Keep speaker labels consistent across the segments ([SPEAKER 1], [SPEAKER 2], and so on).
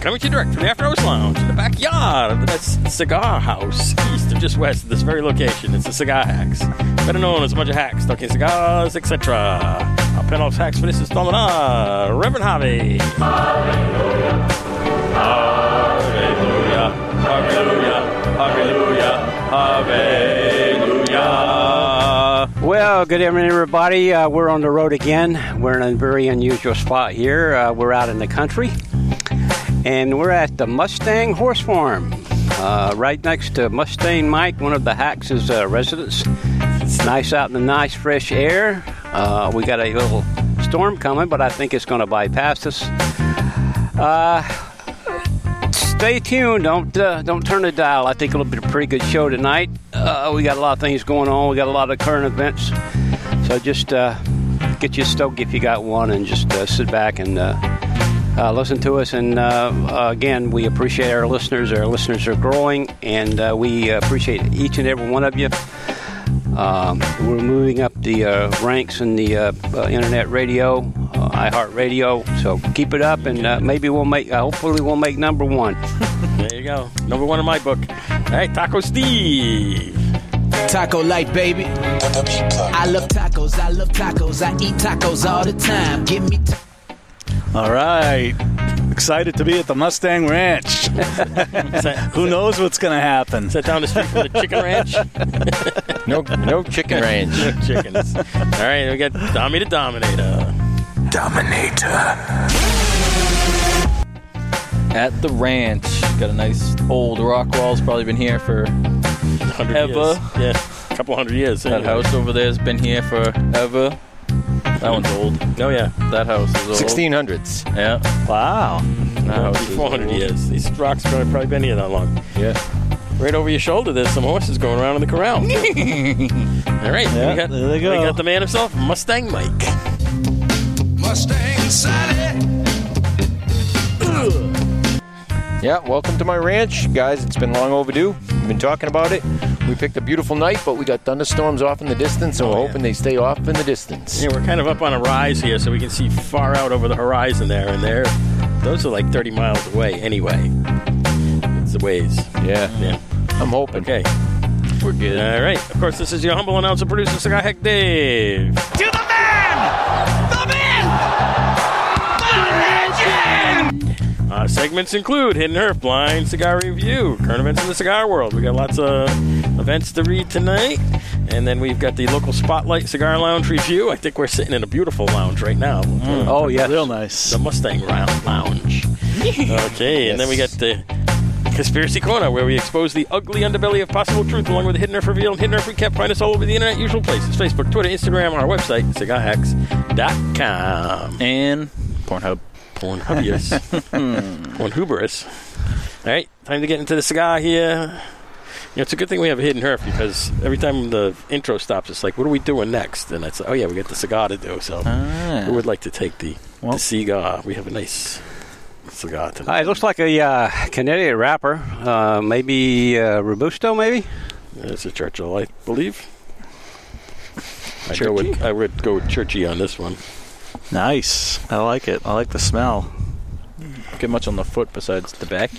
[SPEAKER 1] Coming to you direct from the After Hours Lounge in the backyard of the best cigar house east of just west of this very location. It's the Cigar Hacks, better known as a bunch of hacks talking cigars, etc. Our panel of hacks for this installment are Reverend Harvey. Hallelujah, hallelujah, hallelujah, hallelujah.
[SPEAKER 2] Well, good evening, everybody. Uh, we're on the road again. We're in a very unusual spot here. Uh, we're out in the country, and we're at the Mustang Horse Farm, uh, right next to Mustang Mike, one of the Hacks' uh, residents. It's nice out in the nice fresh air. Uh, we got a little storm coming, but I think it's going to bypass us. stay tuned. Don't uh, don't turn the dial. I think it'll be a pretty good show tonight. Uh, we got a lot of things going on. We got a lot of current events. So just uh, get your stoke if you got one, and just uh, sit back and uh, uh, listen to us. And uh, uh, again, we appreciate our listeners. Our listeners are growing, and uh, we appreciate each and every one of you. Um, we're moving up the uh, ranks in the uh, uh, internet radio, uh, iHeartRadio. So keep it up, and uh, maybe we'll make. Uh, hopefully, we'll make number one.
[SPEAKER 1] There you go. Number one in my book. Hey, Taco Steve.
[SPEAKER 3] Taco light, baby. I love tacos. I love tacos. I eat tacos all the time. Give me. T-
[SPEAKER 4] All right. Excited to be at the Mustang Ranch.
[SPEAKER 1] Is that,
[SPEAKER 4] Who knows what's going to happen?
[SPEAKER 1] is that down the street from the chicken ranch?
[SPEAKER 5] No, no chicken ranch.
[SPEAKER 1] chickens. All right, we got Tommy the Dominator.
[SPEAKER 5] At the ranch, got a nice old rock wall's probably been here for
[SPEAKER 1] Hundred
[SPEAKER 5] Ever.
[SPEAKER 1] years. Yeah, a couple hundred years.
[SPEAKER 5] that
[SPEAKER 1] anyway.
[SPEAKER 5] house over there's been here forever. That one's old.
[SPEAKER 1] Oh yeah,
[SPEAKER 5] That house is old.
[SPEAKER 6] 1600s.
[SPEAKER 5] Yeah.
[SPEAKER 4] Wow.
[SPEAKER 5] That house is
[SPEAKER 1] four hundred
[SPEAKER 5] old.
[SPEAKER 1] years. These rocks probably probably been here that long.
[SPEAKER 5] Yeah.
[SPEAKER 1] Right over your shoulder, there's some horses going around in the corral. All right,
[SPEAKER 4] Yeah,
[SPEAKER 1] we got,
[SPEAKER 4] there they
[SPEAKER 1] we
[SPEAKER 4] go.
[SPEAKER 1] got the man himself, Mustang Mike.
[SPEAKER 7] Mustang Sally.
[SPEAKER 6] Yeah, welcome to my ranch, guys. It's been long overdue. We've been talking about it. We picked a beautiful night, but we got thunderstorms off in the distance, so
[SPEAKER 1] Oh,
[SPEAKER 6] we're
[SPEAKER 1] yeah.
[SPEAKER 6] hoping they stay off in the distance.
[SPEAKER 1] Yeah, we're kind of up on a rise here, so we can see far out over the horizon there, and there, those are like thirty miles away anyway. It's a ways.
[SPEAKER 6] Yeah,
[SPEAKER 1] Yeah.
[SPEAKER 6] I'm hoping.
[SPEAKER 1] Okay. We're good. All right. Of course, this is your humble announcer, producer, Cigar Heck Dave.
[SPEAKER 7] To the man! The man! The legend!
[SPEAKER 1] Uh, segments include Hidden Earth, Blind Cigar Review, current events in the cigar world. We got lots of events to read tonight. And then we've got the local Spotlight Cigar Lounge Review. I think we're sitting in a beautiful lounge right now.
[SPEAKER 7] Mm.
[SPEAKER 2] Oh yes.
[SPEAKER 4] Real nice.
[SPEAKER 1] The Mustang Round Lounge. okay, and then we got the Conspiracy Corner, where we expose the ugly underbelly of possible truth, along with the Hidden Earth Reveal and Hidden Earth Recap. Find us all over the internet, usual places Facebook, Twitter, Instagram, our website, cigarhacks.com.
[SPEAKER 5] And Pornhub.
[SPEAKER 1] Pornhubius. Pornhuberus. All right, time to get into the cigar here. You know, it's a good thing we have a hidden herf because every time the intro stops, it's like, what are we doing next? And it's like, oh, yeah, we got the cigar to do. So we
[SPEAKER 5] Ah.
[SPEAKER 1] would like to take the, the
[SPEAKER 5] Well.
[SPEAKER 1] cigar. We have a nice cigar
[SPEAKER 2] Uh,
[SPEAKER 1] tonight.
[SPEAKER 2] it looks like a uh, Connecticut wrapper, uh, maybe uh, Robusto, maybe.
[SPEAKER 1] It's a Churchill, I believe. I, go with, I would go with Churchy on this one.
[SPEAKER 4] Nice. I like it. I like the smell.
[SPEAKER 5] Don't get much on the foot besides tobacco.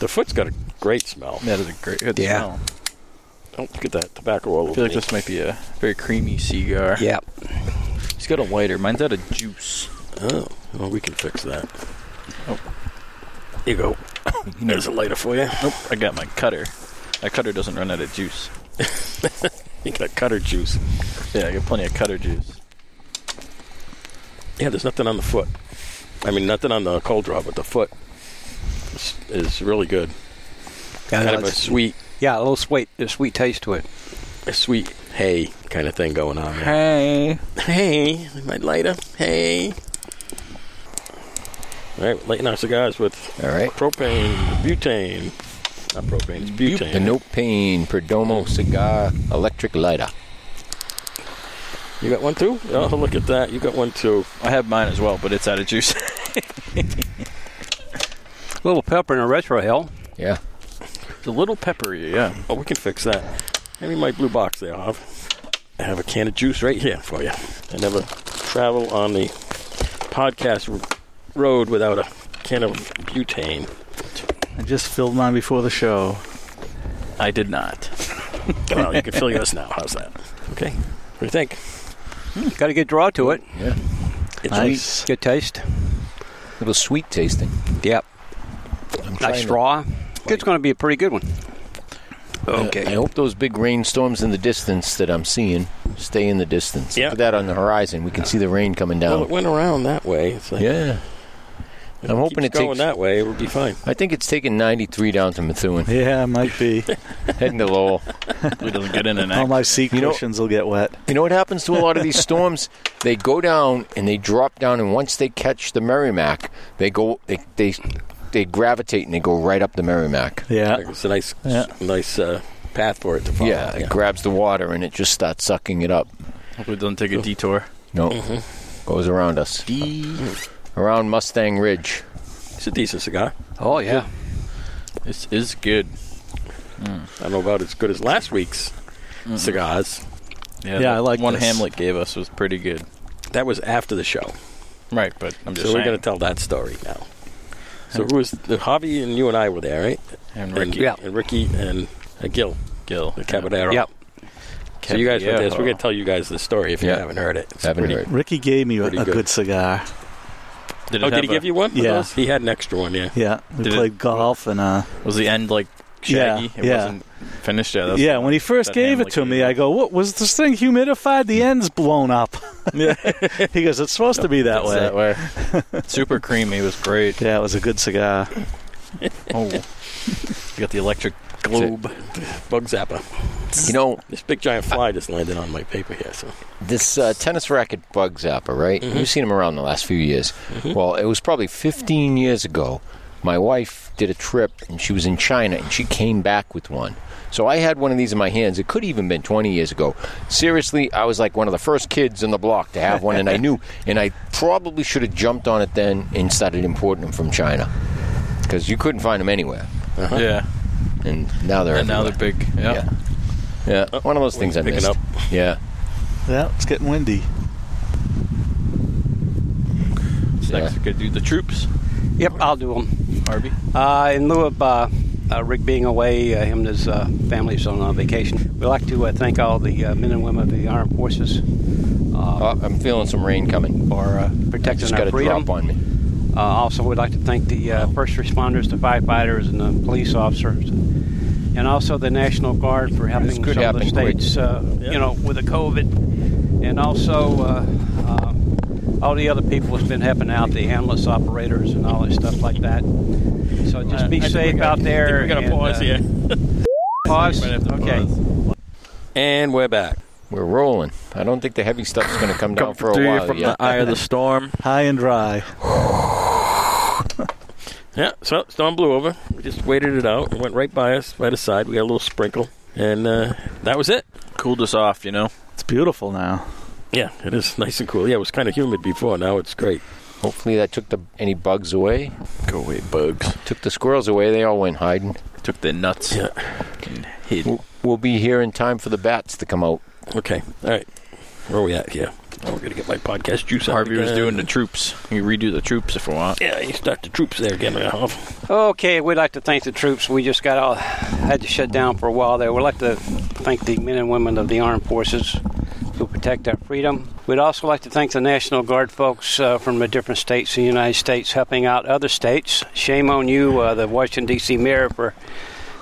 [SPEAKER 1] The foot's got a great smell.
[SPEAKER 5] That is a great good
[SPEAKER 2] Yeah.
[SPEAKER 5] smell.
[SPEAKER 1] Oh, look at that tobacco all over.
[SPEAKER 5] I feel like
[SPEAKER 1] me.
[SPEAKER 5] this might be a very creamy cigar.
[SPEAKER 2] Yeah.
[SPEAKER 5] He's got a lighter. Mine's out of juice.
[SPEAKER 1] Oh, well, we can fix that.
[SPEAKER 5] Oh.
[SPEAKER 1] You go. There's a lighter for you.
[SPEAKER 5] Nope. I got my cutter. My cutter doesn't run out of juice.
[SPEAKER 1] You got cutter juice.
[SPEAKER 5] Yeah, I got plenty of cutter juice.
[SPEAKER 1] Yeah, there's nothing on the foot. I mean, nothing on the cold draw, but the foot is, is really good.
[SPEAKER 2] Yeah,
[SPEAKER 1] kind of a
[SPEAKER 2] it's-
[SPEAKER 1] sweet,
[SPEAKER 2] yeah, a little sweet, a sweet taste to it.
[SPEAKER 1] a sweet hay kind of thing going on. There.
[SPEAKER 5] Hey.
[SPEAKER 1] Hey, my lighter. Hey. All right, lighting our cigars with
[SPEAKER 6] All right.
[SPEAKER 1] propane, butane. Not propane, it's butane.
[SPEAKER 6] The no pain Perdomo cigar electric lighter.
[SPEAKER 1] You got one too? Oh, look at that. You got one too.
[SPEAKER 5] I have mine as well, but it's out of juice.
[SPEAKER 2] A little pepper and a retro hill.
[SPEAKER 6] Yeah,
[SPEAKER 4] A little peppery, yeah.
[SPEAKER 1] Oh, we can fix that. Hand me my blue box there, Harv. I have a can of juice right here for you. I never travel on the podcast r- road without a can of butane.
[SPEAKER 4] I just filled mine before the show. I did not.
[SPEAKER 1] Well, you can fill yours now. How's that? Okay. What do you think?
[SPEAKER 2] Got a good draw to it.
[SPEAKER 1] It's
[SPEAKER 4] Nice.
[SPEAKER 2] Good taste.
[SPEAKER 6] A little sweet tasting.
[SPEAKER 2] Yep.
[SPEAKER 6] I'm trying
[SPEAKER 2] Nice
[SPEAKER 6] to-
[SPEAKER 2] draw. It's going to be a pretty good one. Okay.
[SPEAKER 6] I hope those big rainstorms in the distance that I'm seeing stay in the distance.
[SPEAKER 1] Yeah.
[SPEAKER 6] Put that on the horizon. We can see the rain coming down.
[SPEAKER 1] Well, it went around that way. It's like,
[SPEAKER 6] yeah.
[SPEAKER 1] if
[SPEAKER 6] I'm
[SPEAKER 1] it
[SPEAKER 6] hoping
[SPEAKER 1] keeps
[SPEAKER 6] it
[SPEAKER 1] going
[SPEAKER 6] takes-
[SPEAKER 1] that way. It would be fine.
[SPEAKER 6] I think it's taking 93 down to Methuen,
[SPEAKER 4] Yeah, might be.
[SPEAKER 6] heading to Lowell.
[SPEAKER 5] It doesn't get in and
[SPEAKER 4] All
[SPEAKER 5] out.
[SPEAKER 4] my seat
[SPEAKER 6] You know-
[SPEAKER 4] cushions will get wet.
[SPEAKER 6] You know what happens to a lot of these storms? They go down and they drop down, and once they catch the Merrimack, they go they they, they gravitate and they go right up the Merrimack.
[SPEAKER 4] Yeah.
[SPEAKER 1] It's a nice,
[SPEAKER 4] Yeah.
[SPEAKER 1] nice uh, path for it to follow.
[SPEAKER 6] yeah, it grabs the water and it just starts sucking it up.
[SPEAKER 5] Hopefully, it doesn't take a detour.
[SPEAKER 6] No, goes around us, around Mustang Ridge.
[SPEAKER 1] It's a decent cigar.
[SPEAKER 2] Oh yeah.
[SPEAKER 5] This is good.
[SPEAKER 1] Hmm. I don't know about as good as last week's cigars.
[SPEAKER 5] Yeah,
[SPEAKER 4] Yeah,
[SPEAKER 5] the
[SPEAKER 4] I like
[SPEAKER 5] one
[SPEAKER 4] this.
[SPEAKER 5] Hamlet gave us was pretty good.
[SPEAKER 1] That was after the show.
[SPEAKER 5] Right, but I'm just
[SPEAKER 1] So we're
[SPEAKER 5] saying.
[SPEAKER 1] going to tell that story now. So who was the Javi and you and I were there, right?
[SPEAKER 5] and Ricky
[SPEAKER 2] Yeah.
[SPEAKER 1] and Ricky and uh, Gil,
[SPEAKER 5] Gill,
[SPEAKER 1] the Caballero.
[SPEAKER 2] Yep.
[SPEAKER 1] So you guys were there. So we're
[SPEAKER 5] Caballero.
[SPEAKER 1] going to tell you guys the story if
[SPEAKER 6] Yeah.
[SPEAKER 1] you haven't heard it. It's
[SPEAKER 6] Haven't
[SPEAKER 1] pretty-
[SPEAKER 6] heard.
[SPEAKER 4] Ricky gave me a,
[SPEAKER 1] Pretty
[SPEAKER 4] a
[SPEAKER 1] good.
[SPEAKER 4] good cigar.
[SPEAKER 5] Did it
[SPEAKER 1] Oh, did he
[SPEAKER 5] have a-
[SPEAKER 1] give you one? of
[SPEAKER 4] Yeah.
[SPEAKER 1] those? he had an extra one. Yeah.
[SPEAKER 4] Yeah. We
[SPEAKER 5] Did it-
[SPEAKER 4] played golf and uh
[SPEAKER 5] Was the end like
[SPEAKER 4] Yeah,
[SPEAKER 5] shaggy? it
[SPEAKER 4] yeah.
[SPEAKER 5] wasn't finished yet. That's-
[SPEAKER 4] Yeah, when he first
[SPEAKER 5] that
[SPEAKER 4] gave
[SPEAKER 5] hand
[SPEAKER 4] it to
[SPEAKER 5] like-
[SPEAKER 4] me, I go, "What was this thing humidified? The end's blown up." he goes, "It's supposed to be that
[SPEAKER 5] It's
[SPEAKER 4] way."
[SPEAKER 5] that way. Super creamy was great.
[SPEAKER 4] Yeah, it was a good cigar.
[SPEAKER 5] Oh, you got the electric globe.
[SPEAKER 1] Bug zapper.
[SPEAKER 6] You know
[SPEAKER 1] This big giant fly just landed on my paper here. So
[SPEAKER 6] this uh, tennis racket bug zapper, right? We've seen them around the last few years. Well, it was probably 15 years ago. My wife did a trip and she was in China and she came back with one. So I had one of these in my hands. It could even been 20 years ago. Seriously, I was like one of the first kids in the block to have one and I knew and I probably should have jumped on it then and started importing them from China because you couldn't find them anywhere.
[SPEAKER 5] Yeah,
[SPEAKER 6] And now they're
[SPEAKER 5] and now they're
[SPEAKER 6] everywhere.
[SPEAKER 5] big. Yeah.
[SPEAKER 6] Yeah. Yeah, one of those things I
[SPEAKER 1] picking
[SPEAKER 6] missed.
[SPEAKER 1] up.
[SPEAKER 6] Yeah.
[SPEAKER 4] Yeah, it's getting windy.
[SPEAKER 5] So Next, we could do the troops.
[SPEAKER 2] Yep. I'll do them.
[SPEAKER 5] Harvey.
[SPEAKER 2] Uh, in lieu of uh, uh, Rick being away, uh, him and his uh, family's on uh, vacation. We like to uh, thank all the uh, men and women of the armed forces
[SPEAKER 6] Oh, I'm feeling some rain coming.
[SPEAKER 2] for uh, protecting
[SPEAKER 6] Just
[SPEAKER 2] our
[SPEAKER 6] got a
[SPEAKER 2] freedom.
[SPEAKER 6] drop on me.
[SPEAKER 2] Uh, also, we'd like to thank the uh, first responders, the firefighters, and the police officers, and also the National Guard for helping
[SPEAKER 6] This could
[SPEAKER 2] some of the
[SPEAKER 6] happen quick.
[SPEAKER 2] states, uh, you know, with the COVID, and also uh, um, all the other people that's been helping out, the ambulance operators, and all that stuff like that. So just be safe out there.
[SPEAKER 1] we're going to
[SPEAKER 2] and,
[SPEAKER 1] pause
[SPEAKER 2] uh,
[SPEAKER 1] here,
[SPEAKER 2] Pause.
[SPEAKER 5] Might have to
[SPEAKER 2] okay.
[SPEAKER 5] pause.
[SPEAKER 1] and we're back.
[SPEAKER 6] We're rolling. I don't think the heavy stuff's going to come down for a
[SPEAKER 5] Three
[SPEAKER 6] while
[SPEAKER 5] from
[SPEAKER 6] yet.
[SPEAKER 5] the eye of the storm.
[SPEAKER 4] High and dry.
[SPEAKER 1] Yeah, so storm blew over. We just waited it out. It went right by us, right aside. We got a little sprinkle, and uh, that was it.
[SPEAKER 5] Cooled us off, you know.
[SPEAKER 4] It's beautiful now.
[SPEAKER 1] Yeah, it is nice and cool. Yeah, it was kind of humid before. Now it's great.
[SPEAKER 6] Hopefully that took the any bugs away.
[SPEAKER 5] Go away, bugs.
[SPEAKER 6] Took the squirrels away. They all went hiding.
[SPEAKER 5] Took the nuts.
[SPEAKER 1] Yeah.
[SPEAKER 5] Fucking hid.
[SPEAKER 6] We'll, we'll be here in time for the bats to come out.
[SPEAKER 1] Okay, all right. Where are we at here? Oh, we're going to get my podcast juice out
[SPEAKER 5] Harvey was
[SPEAKER 1] again.
[SPEAKER 5] doing the troops. You can redo the troops if we want.
[SPEAKER 1] Yeah, you start the troops there again. Ralph.
[SPEAKER 2] Okay, we'd like to thank the troops. We just got all had to shut down for a while there. We'd like to thank the men and women of the armed forces who protect our freedom. We'd also like to thank the National Guard folks uh, from the different states in the United States helping out other states. Shame on you, uh, the Washington D.C. mayor, for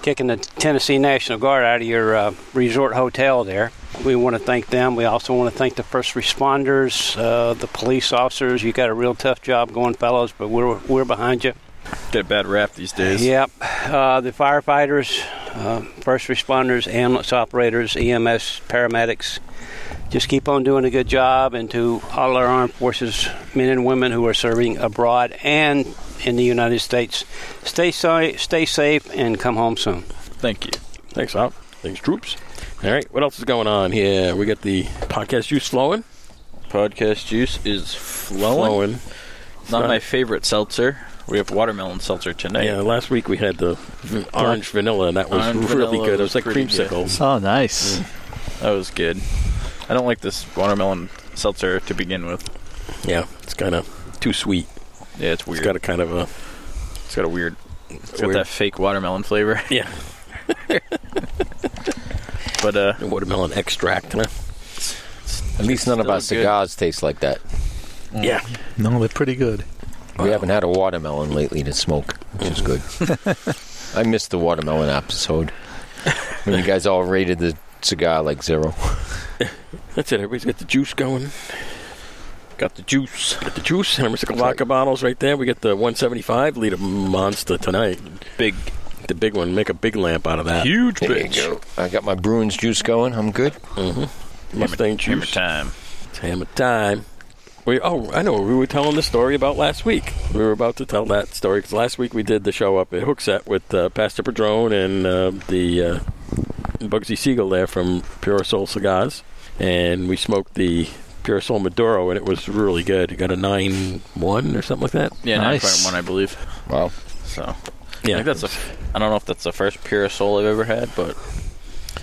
[SPEAKER 2] kicking the Tennessee National Guard out of your uh, resort hotel there. We want to thank them. We also want to thank the first responders, uh, the police officers. You got a real tough job going, fellows, but we're we're behind you.
[SPEAKER 5] Get a bad rap these days.
[SPEAKER 2] Yep. Uh, the firefighters, uh, first responders, ambulance operators, EMS, paramedics. Just keep on doing a good job, and to all our armed forces, men and women who are serving abroad and in the United States, stay safe, stay safe, and come home soon.
[SPEAKER 5] Thank you.
[SPEAKER 1] Thanks, Hop. Thanks, troops. All right, what else is going on here? We got the podcast juice flowing.
[SPEAKER 5] Podcast juice is flowing. Not my favorite seltzer. We have watermelon seltzer tonight.
[SPEAKER 1] Yeah, last week we had the v- orange vanilla, and that was
[SPEAKER 5] Orange
[SPEAKER 1] really
[SPEAKER 5] vanilla
[SPEAKER 1] good. It was
[SPEAKER 5] was
[SPEAKER 1] like Mm.
[SPEAKER 5] pretty
[SPEAKER 1] creamsicles.
[SPEAKER 4] Oh, nice.
[SPEAKER 5] That was good. I don't like this watermelon seltzer to begin with.
[SPEAKER 1] Yeah, it's kind of too sweet.
[SPEAKER 5] Yeah, it's weird.
[SPEAKER 1] It's got a kind of a
[SPEAKER 5] it's got a weird. It's got
[SPEAKER 1] weird-
[SPEAKER 5] that fake watermelon flavor.
[SPEAKER 1] yeah
[SPEAKER 5] But uh,
[SPEAKER 1] watermelon extract. Huh?
[SPEAKER 6] At least none of our
[SPEAKER 5] Still good.
[SPEAKER 6] cigars taste like that.
[SPEAKER 1] Yeah,
[SPEAKER 4] No, they're pretty good.
[SPEAKER 6] We haven't had a watermelon lately to smoke, which is good. I missed the watermelon episode when you guys all rated the cigar like zero.
[SPEAKER 1] that's it. Everybody's got the juice going.
[SPEAKER 5] got the juice.
[SPEAKER 1] Got the juice and our mystical vodka bottles right there. We got the 175 liter monster tonight.
[SPEAKER 5] Big,
[SPEAKER 1] The big one. Make a big lamp out of that.
[SPEAKER 5] huge
[SPEAKER 6] There you
[SPEAKER 5] bitch.
[SPEAKER 6] go. I got my Bruins juice going. I'm good.
[SPEAKER 1] Mustang
[SPEAKER 5] Hammer
[SPEAKER 1] juice.
[SPEAKER 5] time.
[SPEAKER 1] It's hammer time. We, oh, I know. We were telling the story about last week. We were about to tell that story because last week we did the show up at Hooksett with uh, Pastor Padrone and uh, the uh, Bugsy Siegel there from Pure Soul Cigars, and we smoked the Pure Soul Maduro, and it was really good. It got a nine one or something like that.
[SPEAKER 5] Yeah,
[SPEAKER 4] Nice.
[SPEAKER 5] 9.1, I believe.
[SPEAKER 6] Wow.
[SPEAKER 5] So
[SPEAKER 1] Yeah,
[SPEAKER 5] I think that's a. I don't know if that's the first pure soul I've ever had, but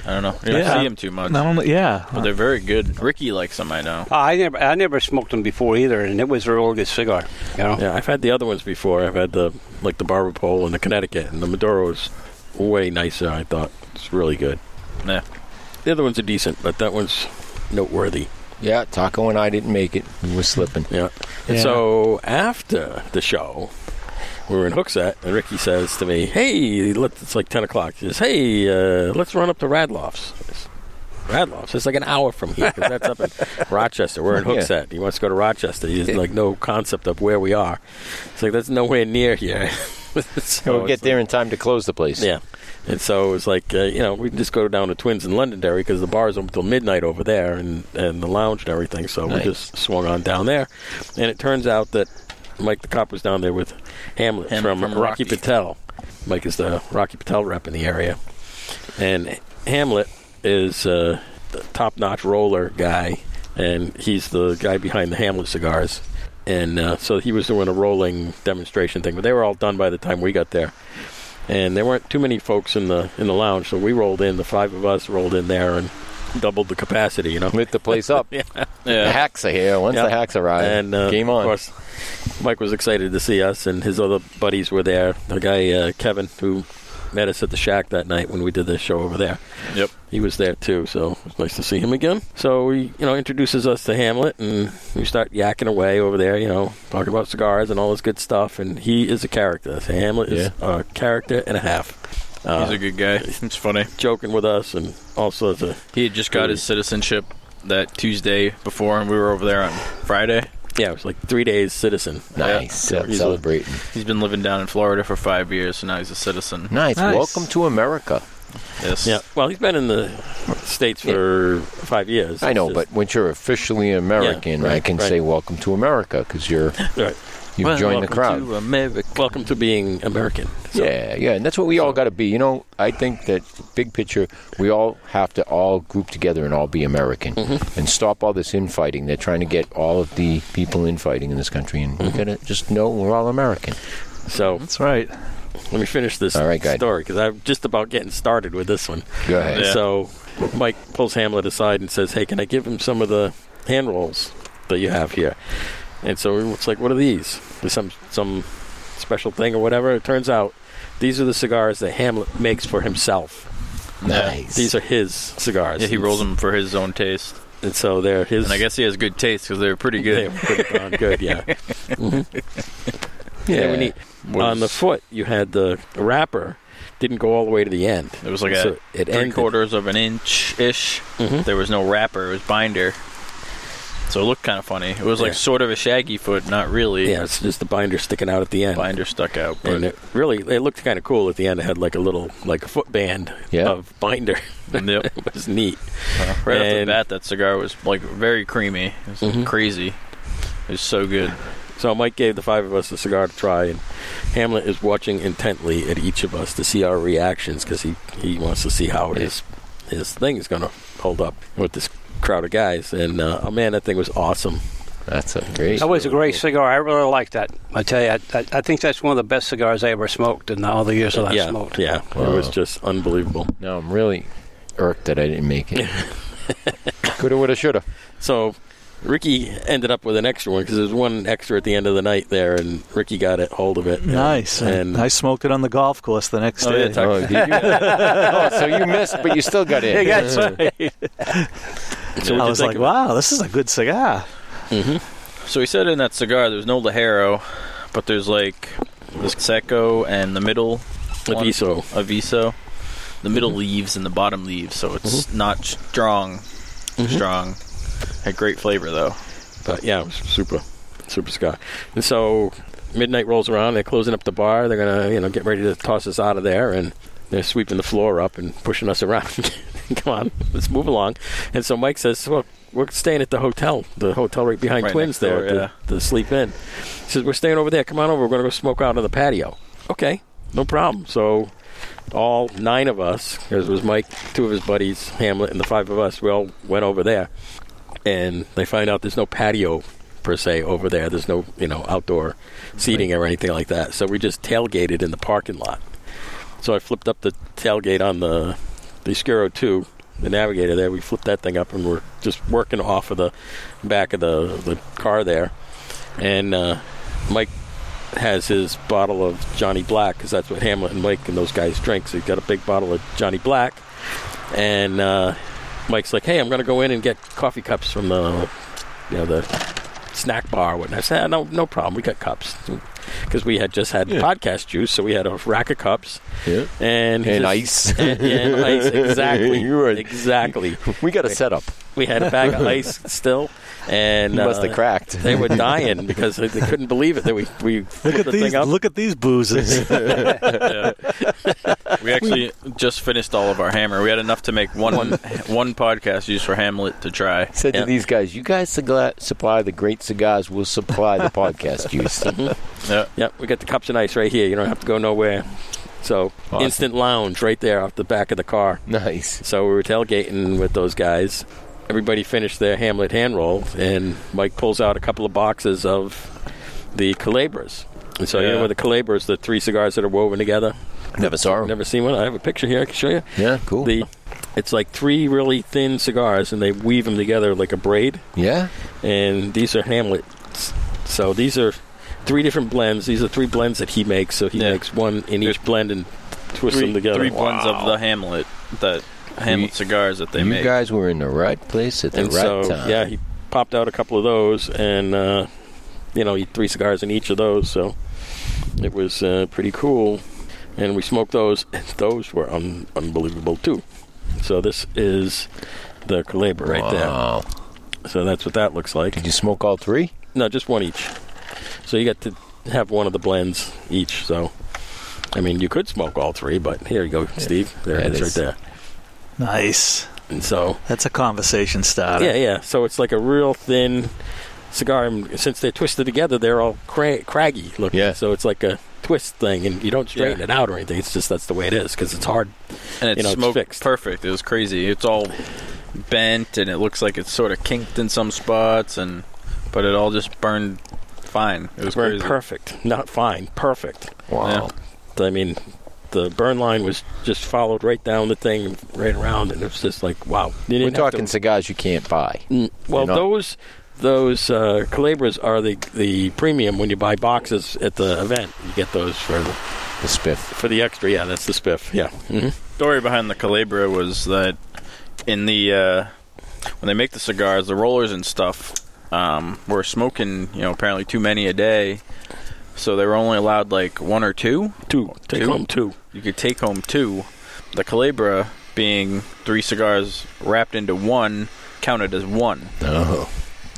[SPEAKER 5] I don't know. You don't
[SPEAKER 4] Yeah.
[SPEAKER 5] see them too much,
[SPEAKER 4] Not only, yeah.
[SPEAKER 5] but they're very good. Ricky likes them, I know.
[SPEAKER 2] Ah, I never, I never smoked them before either, and it was a really good cigar. You know,
[SPEAKER 1] Yeah, I've had the other ones before. I've had the like the Barber Pole and the Connecticut, and the Maduro is way nicer. I thought it's really good.
[SPEAKER 5] Yeah,
[SPEAKER 1] The other ones are decent, but that one's noteworthy.
[SPEAKER 6] Yeah, Taco and I didn't make it. We were slipping.
[SPEAKER 1] Yeah. And
[SPEAKER 4] Yeah.
[SPEAKER 1] so after the show, we were in Hooksett, and Ricky says to me, "Hey, let's, it's like ten o'clock." He says, "Hey, uh, let's run up to Radloff's." I says, Radloff's. It's like an hour from here 'cause that's up in Rochester. We're in
[SPEAKER 6] Yeah.
[SPEAKER 1] Hooksett. He wants to go to Rochester. He has like no concept of where we are. It's like that's nowhere near here. so
[SPEAKER 6] we'll get
[SPEAKER 1] it's like-
[SPEAKER 6] there in time to close the place.
[SPEAKER 1] yeah. And so it was like, uh, you know, we can just go down to Twins in Londonderry because the bar's open till midnight over there and, and the lounge and everything. So
[SPEAKER 6] Nice.
[SPEAKER 1] we just swung on down there. And it turns out that Mike the Cop was down there with Hamlet
[SPEAKER 5] Hamlet
[SPEAKER 1] from,
[SPEAKER 5] from
[SPEAKER 1] Rocky
[SPEAKER 5] Rocky.
[SPEAKER 1] Patel. Mike is the Rocky Patel rep in the area. And Hamlet is uh, the top notch roller guy, and he's the guy behind the Hamlet cigars. And uh, so he was doing a rolling demonstration thing, but they were all done by the time we got there. And there weren't too many folks in the in the lounge, so we rolled in. The five of us rolled in there and doubled the capacity, you know.
[SPEAKER 6] Lit the place up. The
[SPEAKER 5] yeah.
[SPEAKER 6] hacks are here. Once the
[SPEAKER 1] Yep.
[SPEAKER 6] hacks arrive,
[SPEAKER 1] And uh,
[SPEAKER 6] game on.
[SPEAKER 1] Of course, Mike was excited to see us, and his other buddies were there. The guy uh, Kevin, who met us at the shack that night when we did the show over there,
[SPEAKER 5] Yep.
[SPEAKER 1] he was there too. So it was nice to see him again. So he, you know, introduces us to Hamlet, and we start yakking away over there. You know, talking about cigars and all this good stuff. And he is a character. So Hamlet is a character and a half. Uh,
[SPEAKER 5] He's a good guy. It's funny.
[SPEAKER 1] joking with us and all sorts of
[SPEAKER 5] He had just got his citizenship that Tuesday before, and we were over there on Friday.
[SPEAKER 1] yeah, it was like three days citizen.
[SPEAKER 6] nice.
[SPEAKER 1] Yeah.
[SPEAKER 6] Yeah, celebrating.
[SPEAKER 5] He's been living down in Florida for five years, so now he's a citizen.
[SPEAKER 6] Nice.
[SPEAKER 4] Nice.
[SPEAKER 6] Welcome to America.
[SPEAKER 5] Yes.
[SPEAKER 1] Yeah. Well, he's been in the states for five years.
[SPEAKER 6] I know,
[SPEAKER 1] It's
[SPEAKER 6] but once you're officially American,
[SPEAKER 1] right,
[SPEAKER 6] I can
[SPEAKER 1] right.
[SPEAKER 6] say "Welcome to America" because you're
[SPEAKER 1] just- right.
[SPEAKER 6] you've
[SPEAKER 5] Well,
[SPEAKER 6] joined the crowd.
[SPEAKER 5] welcome to um, America.
[SPEAKER 1] Welcome to being American. So,
[SPEAKER 6] yeah, yeah, and that's what we all got to be. You know, I think that big picture, we all have to all group together and all be American and stop all this infighting. They're trying to get all of the people infighting in this country, and we gotta just know we're all American.
[SPEAKER 1] So
[SPEAKER 4] That's right.
[SPEAKER 1] let me finish this
[SPEAKER 6] All right, go ahead.
[SPEAKER 1] story because I'm just about getting started with this one.
[SPEAKER 6] Go ahead.
[SPEAKER 5] Yeah.
[SPEAKER 1] So Mike pulls Hamlet aside and says, "Hey, can I give him some of the hand rolls that you have here?" And so it's like, "What are these? There's some some special thing or whatever?" It turns out these are the cigars that Hamlet makes for himself.
[SPEAKER 6] Nice.
[SPEAKER 1] These are his cigars.
[SPEAKER 5] Yeah, he rolls them for his own taste,
[SPEAKER 1] and so they're his.
[SPEAKER 5] and I guess he has good taste because they're pretty
[SPEAKER 1] they
[SPEAKER 5] good.
[SPEAKER 1] were pretty darn good. Yeah.
[SPEAKER 6] yeah.
[SPEAKER 1] And when he- on the foot, you had the wrapper didn't go all the way to the end.
[SPEAKER 5] It was like
[SPEAKER 1] So
[SPEAKER 5] a three
[SPEAKER 1] ended-
[SPEAKER 5] quarters of an inch ish.
[SPEAKER 1] Mhm.
[SPEAKER 5] There was no wrapper; it was binder. So it looked kind of funny. It was like
[SPEAKER 1] Yeah.
[SPEAKER 5] sort of a shaggy foot, not really.
[SPEAKER 1] Yeah, it's just the binder sticking out at the end.
[SPEAKER 5] binder stuck out, but
[SPEAKER 1] And it really, it looked kind of cool at the end. It had like a little, like a footband
[SPEAKER 6] Yeah.
[SPEAKER 1] of binder.
[SPEAKER 5] Yep. Uh,
[SPEAKER 1] it was neat.
[SPEAKER 5] right off the
[SPEAKER 1] And-
[SPEAKER 5] bat, that cigar was like very creamy. It was
[SPEAKER 1] Mhm.
[SPEAKER 5] crazy. It was so good.
[SPEAKER 1] So Mike gave the five of us a cigar to try, and Hamlet is watching intently at each of us to see our reactions because he, he wants to see how his his thing is going to hold up with this crowd of guys. And uh, oh man, that thing was awesome.
[SPEAKER 6] That's a great.
[SPEAKER 2] That was a great cigar. I really like that. I tell you, I, I, I think that's one of the best cigars I ever smoked in all the years that I
[SPEAKER 1] yeah,
[SPEAKER 2] smoked.
[SPEAKER 1] yeah. It
[SPEAKER 6] Wow.
[SPEAKER 1] was just unbelievable.
[SPEAKER 6] Now I'm really irked that I didn't make it. Coulda, woulda, shoulda.
[SPEAKER 1] So Ricky ended up with an extra one because there was one extra at the end of the night there, and Ricky got it hold of it.
[SPEAKER 4] Nice.
[SPEAKER 1] And
[SPEAKER 4] And I smoked it on the golf course the next
[SPEAKER 1] Oh, yeah,
[SPEAKER 4] day.
[SPEAKER 1] it's actually-
[SPEAKER 6] Oh, did you? oh, so you missed, but you still got in.
[SPEAKER 2] Yeah, that's right.
[SPEAKER 1] so what'd
[SPEAKER 4] I
[SPEAKER 1] you
[SPEAKER 4] was
[SPEAKER 1] think
[SPEAKER 4] like,
[SPEAKER 1] of it?
[SPEAKER 4] wow, this is a good cigar.
[SPEAKER 5] So he said in that cigar, there's no Lajero, but there's like this Seco and the middle one-
[SPEAKER 1] Aviso. Mm-hmm.
[SPEAKER 5] Aviso. The middle leaves and the bottom leaves, so it's not strong.
[SPEAKER 1] Mm-hmm.
[SPEAKER 5] Strong. Had great flavor though.
[SPEAKER 1] But yeah, it was super, super cigar. And so midnight rolls around. They're closing up the bar. They're gonna, you know, get ready to toss us out of there, and they're sweeping the floor up and pushing us around. Come on, let's move along. And so Mike says, "Well, we're staying at the hotel, the hotel right behind
[SPEAKER 5] Right
[SPEAKER 1] Twins
[SPEAKER 5] next
[SPEAKER 1] there,
[SPEAKER 5] door,
[SPEAKER 1] at the-
[SPEAKER 5] yeah.
[SPEAKER 1] the, sleep in." He says, "We're staying over there. Come on over. We're gonna go smoke out on the patio." Okay, no problem. So. All nine of us, because it was Mike, two of his buddies, Hamlet, and the five of us, we all went over there and they find out there's no patio per se over there. There's no you know outdoor seating or anything like that. So we just tailgated in the parking lot. So I flipped up the tailgate on the the Scuro two, the Navigator there. We flipped that thing up and we're just working off of the back of the the car there. And uh, Mike has his bottle of Johnny Black because that's what Hamlet and Mike and those guys drink. So he's got a big bottle of Johnny Black, and uh, Mike's like, "Hey, I'm going to go in and get coffee cups from the, you know, the snack bar." or whatnot." I said, "Ah, "No, no problem. We got cups because we had just had podcast juice, so we had a rack of cups
[SPEAKER 6] Yeah.
[SPEAKER 1] and he
[SPEAKER 6] And
[SPEAKER 1] just-
[SPEAKER 6] ice.
[SPEAKER 1] and, and ice. Exactly,
[SPEAKER 6] You are-
[SPEAKER 1] exactly.
[SPEAKER 6] We got a setup.
[SPEAKER 1] We had a bag of ice still, and
[SPEAKER 6] You must
[SPEAKER 1] uh,
[SPEAKER 6] have cracked.
[SPEAKER 1] They were dying because they, they couldn't believe it that we we
[SPEAKER 4] Look
[SPEAKER 1] flipped
[SPEAKER 4] at
[SPEAKER 1] the
[SPEAKER 4] these.
[SPEAKER 1] thing up.
[SPEAKER 4] Look at these boozes.
[SPEAKER 5] We actually just finished all of our hammer. We had enough to make one one podcast used for Hamlet to try.
[SPEAKER 6] Said
[SPEAKER 1] Yeah.
[SPEAKER 6] to these guys, "You guys sugla- supply the great cigars. We'll supply the podcast juice."
[SPEAKER 5] Yeah.
[SPEAKER 1] Yep, we got the cups and ice right here. You don't have to go nowhere. So
[SPEAKER 6] Awesome.
[SPEAKER 1] instant lounge right there off the back of the car.
[SPEAKER 6] nice.
[SPEAKER 1] So we were tailgating with those guys. Everybody finished their Hamlet hand roll, and Mike pulls out a couple of boxes of the Calabras. And so you know
[SPEAKER 5] Yeah.
[SPEAKER 1] what the Calabras, the three cigars that are woven together.
[SPEAKER 6] Never saw 'em.
[SPEAKER 1] Never seen one. I have a picture here. I can show you.
[SPEAKER 6] Yeah, cool.
[SPEAKER 1] The, it's like three really thin cigars, and they weave them together like a braid.
[SPEAKER 6] yeah,
[SPEAKER 1] And these are Hamlets. So these are three different blends. These are three blends that he makes. So he
[SPEAKER 5] Yeah.
[SPEAKER 1] makes one in each blend and twists
[SPEAKER 5] Three,
[SPEAKER 1] them together.
[SPEAKER 5] three blends of the Hamlet, the Hamlet cigars that they
[SPEAKER 6] you
[SPEAKER 5] make.
[SPEAKER 6] guys were in the right place at the
[SPEAKER 1] and
[SPEAKER 6] right
[SPEAKER 1] so
[SPEAKER 6] time.
[SPEAKER 1] yeah, he popped out a couple of those, and uh, you know, he had three cigars in each of those, so it was uh, pretty cool. And we smoked those; and those were un- unbelievable too. So this is the Calabra right
[SPEAKER 6] Wow.
[SPEAKER 1] there. So that's what that looks like.
[SPEAKER 6] Did you smoke all three?
[SPEAKER 1] No, just one each. So you got to have one of the blends each. So, I mean, you could smoke all three, but here you go, Steve. There
[SPEAKER 6] That
[SPEAKER 1] it is,
[SPEAKER 6] is-
[SPEAKER 1] right there.
[SPEAKER 4] nice.
[SPEAKER 1] And so
[SPEAKER 4] That's a conversation starter.
[SPEAKER 1] Yeah, yeah. So it's like a real thin cigar, and since they're twisted together, they're all cra- craggy looking.
[SPEAKER 6] Yeah.
[SPEAKER 1] So it's like a twist thing, and you don't straighten
[SPEAKER 5] Yeah.
[SPEAKER 1] it out or anything. It's just that's the way it is because it's hard.
[SPEAKER 5] and it
[SPEAKER 1] you know, it's
[SPEAKER 5] smoked
[SPEAKER 1] fixed.
[SPEAKER 5] perfect. It was crazy. It's all bent, and it looks like it's sort of kinked in some spots, and but it all just burned fine. It was crazy.
[SPEAKER 1] perfect, not fine, perfect.
[SPEAKER 5] Yeah.
[SPEAKER 6] Wow.
[SPEAKER 1] I mean, the burn line was just followed right down the thing, right around, and it was just like wow. You
[SPEAKER 6] We're
[SPEAKER 1] didn't have
[SPEAKER 6] talking cigars you can't buy.
[SPEAKER 1] Mm, Well,
[SPEAKER 6] They're not-
[SPEAKER 1] those those uh, Calabras are the the premium when you buy boxes at the event. You get those for the,
[SPEAKER 6] The spiff.
[SPEAKER 1] for the extra. Yeah, that's the spiff. Yeah. hmm
[SPEAKER 5] story behind the Calabra was that in the uh, when they make the cigars, the rollers and stuff um, were smoking, you know, apparently too many a day, so they were only allowed like one or two.
[SPEAKER 1] Two. Take
[SPEAKER 5] Two?
[SPEAKER 1] home two.
[SPEAKER 5] You could take home two. The Calabra being three cigars wrapped into one counted as one.
[SPEAKER 6] Oh,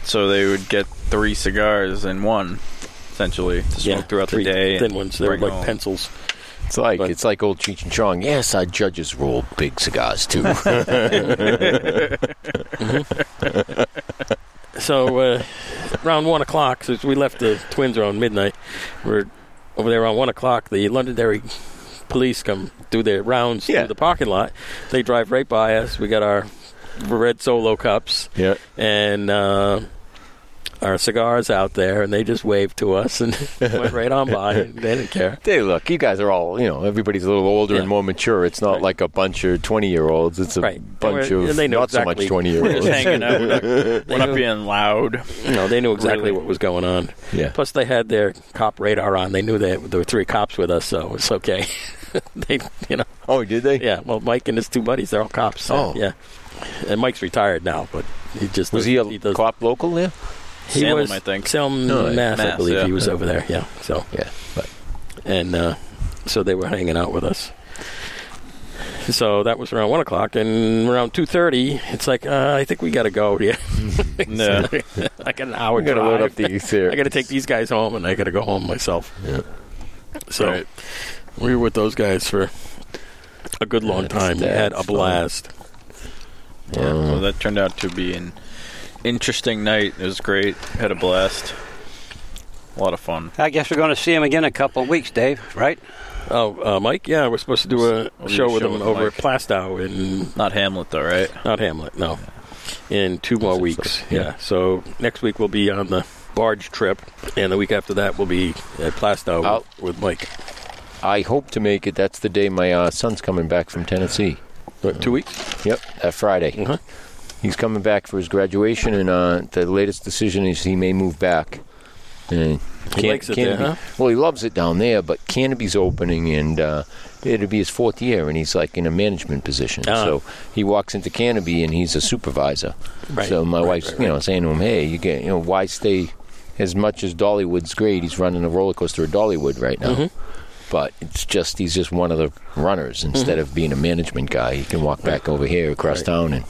[SPEAKER 5] So they would get three cigars in one, essentially, to smoke throughout
[SPEAKER 1] three
[SPEAKER 5] the day.
[SPEAKER 1] Thin
[SPEAKER 5] and
[SPEAKER 1] ones, they're
[SPEAKER 5] bring
[SPEAKER 1] like
[SPEAKER 5] home.
[SPEAKER 1] pencils.
[SPEAKER 6] it's like
[SPEAKER 1] But-
[SPEAKER 6] it's like old Cheech and Chong. Yes, our judges roll big cigars too.
[SPEAKER 1] So uh, around one o'clock, since we left the twins around midnight, we're over there around one o'clock. The Londonderry police come do their rounds
[SPEAKER 6] Yeah.
[SPEAKER 1] through the parking lot. They drive right by us. We got our red solo cups
[SPEAKER 6] yeah.
[SPEAKER 1] and. Uh, our cigars out there, and they just waved to us and went right on by. And they didn't care.
[SPEAKER 6] Hey, look, you guys are all, you know, everybody's a little older and more mature. It's not like a bunch of 20 year olds. It's a
[SPEAKER 1] Right. And
[SPEAKER 6] bunch
[SPEAKER 1] we're-
[SPEAKER 6] of
[SPEAKER 1] and they know
[SPEAKER 6] not so
[SPEAKER 1] exactly-
[SPEAKER 6] much 20 year
[SPEAKER 5] We're
[SPEAKER 6] olds.
[SPEAKER 5] just hanging out. We're not, we're not being loud.
[SPEAKER 1] No, they knew exactly what was going on.
[SPEAKER 6] Yeah.
[SPEAKER 1] Plus, they had their cop radar on. They knew that there were three cops with us, so it's okay. they, you know,
[SPEAKER 6] Oh, did they?
[SPEAKER 1] yeah. Well, Mike and his two buddies, they're all cops. so,
[SPEAKER 6] Oh.
[SPEAKER 1] yeah. And Mike's retired now, but he just
[SPEAKER 6] Was he a
[SPEAKER 1] does-
[SPEAKER 6] cop local there?
[SPEAKER 1] He
[SPEAKER 5] Salem,
[SPEAKER 1] was
[SPEAKER 5] I think.
[SPEAKER 1] Salem,
[SPEAKER 6] No, like
[SPEAKER 1] Mass, I
[SPEAKER 5] Mass,
[SPEAKER 1] believe
[SPEAKER 5] yeah.
[SPEAKER 1] he was over there. Yeah. So
[SPEAKER 6] Yeah. But
[SPEAKER 1] and uh, so they were hanging out with us. So that was around one o'clock, and around two thirty, it's like uh, I think we got to go here.
[SPEAKER 5] No.
[SPEAKER 1] I got an hour.
[SPEAKER 6] we're going to load
[SPEAKER 1] drive.
[SPEAKER 6] up these here.
[SPEAKER 1] I got to take these guys home, and I got to go home myself.
[SPEAKER 6] Yeah.
[SPEAKER 1] So
[SPEAKER 5] Right.
[SPEAKER 1] we were with those guys for a good long
[SPEAKER 6] That's-
[SPEAKER 1] time. We had a
[SPEAKER 6] that's
[SPEAKER 1] blast.
[SPEAKER 5] Yeah, well, that turned out to be an interesting night. It was great. Had a blast. A lot of fun.
[SPEAKER 2] I guess we're going to see him again in a couple of weeks, Dave. Right?
[SPEAKER 1] Oh, uh, Mike, yeah, we're supposed to do a
[SPEAKER 5] We'll do
[SPEAKER 1] show
[SPEAKER 5] a
[SPEAKER 1] with
[SPEAKER 5] show
[SPEAKER 1] them
[SPEAKER 5] with
[SPEAKER 1] over
[SPEAKER 5] Mike.
[SPEAKER 1] at Plastow in
[SPEAKER 5] Not Hamlet, though, right?
[SPEAKER 1] Not Hamlet, no. In two more weeks. Yeah. So next week we'll be on the barge trip, and the week after that we'll be at Plastow
[SPEAKER 6] Out.
[SPEAKER 1] with Mike.
[SPEAKER 6] I hope to make it. That's the day my uh, son's coming back from Tennessee.
[SPEAKER 1] What, two weeks?
[SPEAKER 6] Yep, that Friday.
[SPEAKER 1] Uh-huh.
[SPEAKER 6] He's coming back for his graduation, and uh, the latest decision is he may move back. And
[SPEAKER 1] He
[SPEAKER 6] Can-
[SPEAKER 1] likes it
[SPEAKER 6] Canopy-
[SPEAKER 1] there, huh?
[SPEAKER 6] Well, he loves it down there, but Canopy's opening, and uh, it'll be his fourth year, and he's like in a management position.
[SPEAKER 1] Ah.
[SPEAKER 6] So he walks into Canopy, and he's a supervisor.
[SPEAKER 1] Right,
[SPEAKER 6] So my
[SPEAKER 1] right,
[SPEAKER 6] wife's,
[SPEAKER 1] right,
[SPEAKER 6] you know, saying to him, "Hey, you get, you know, why stay?" As much as Dollywood's great, he's running a roller coaster at Dollywood right now.
[SPEAKER 1] Mm-hmm.
[SPEAKER 6] But it's just he's just one of the runners instead of being a management guy. He can walk back over here across
[SPEAKER 1] Right.
[SPEAKER 6] town and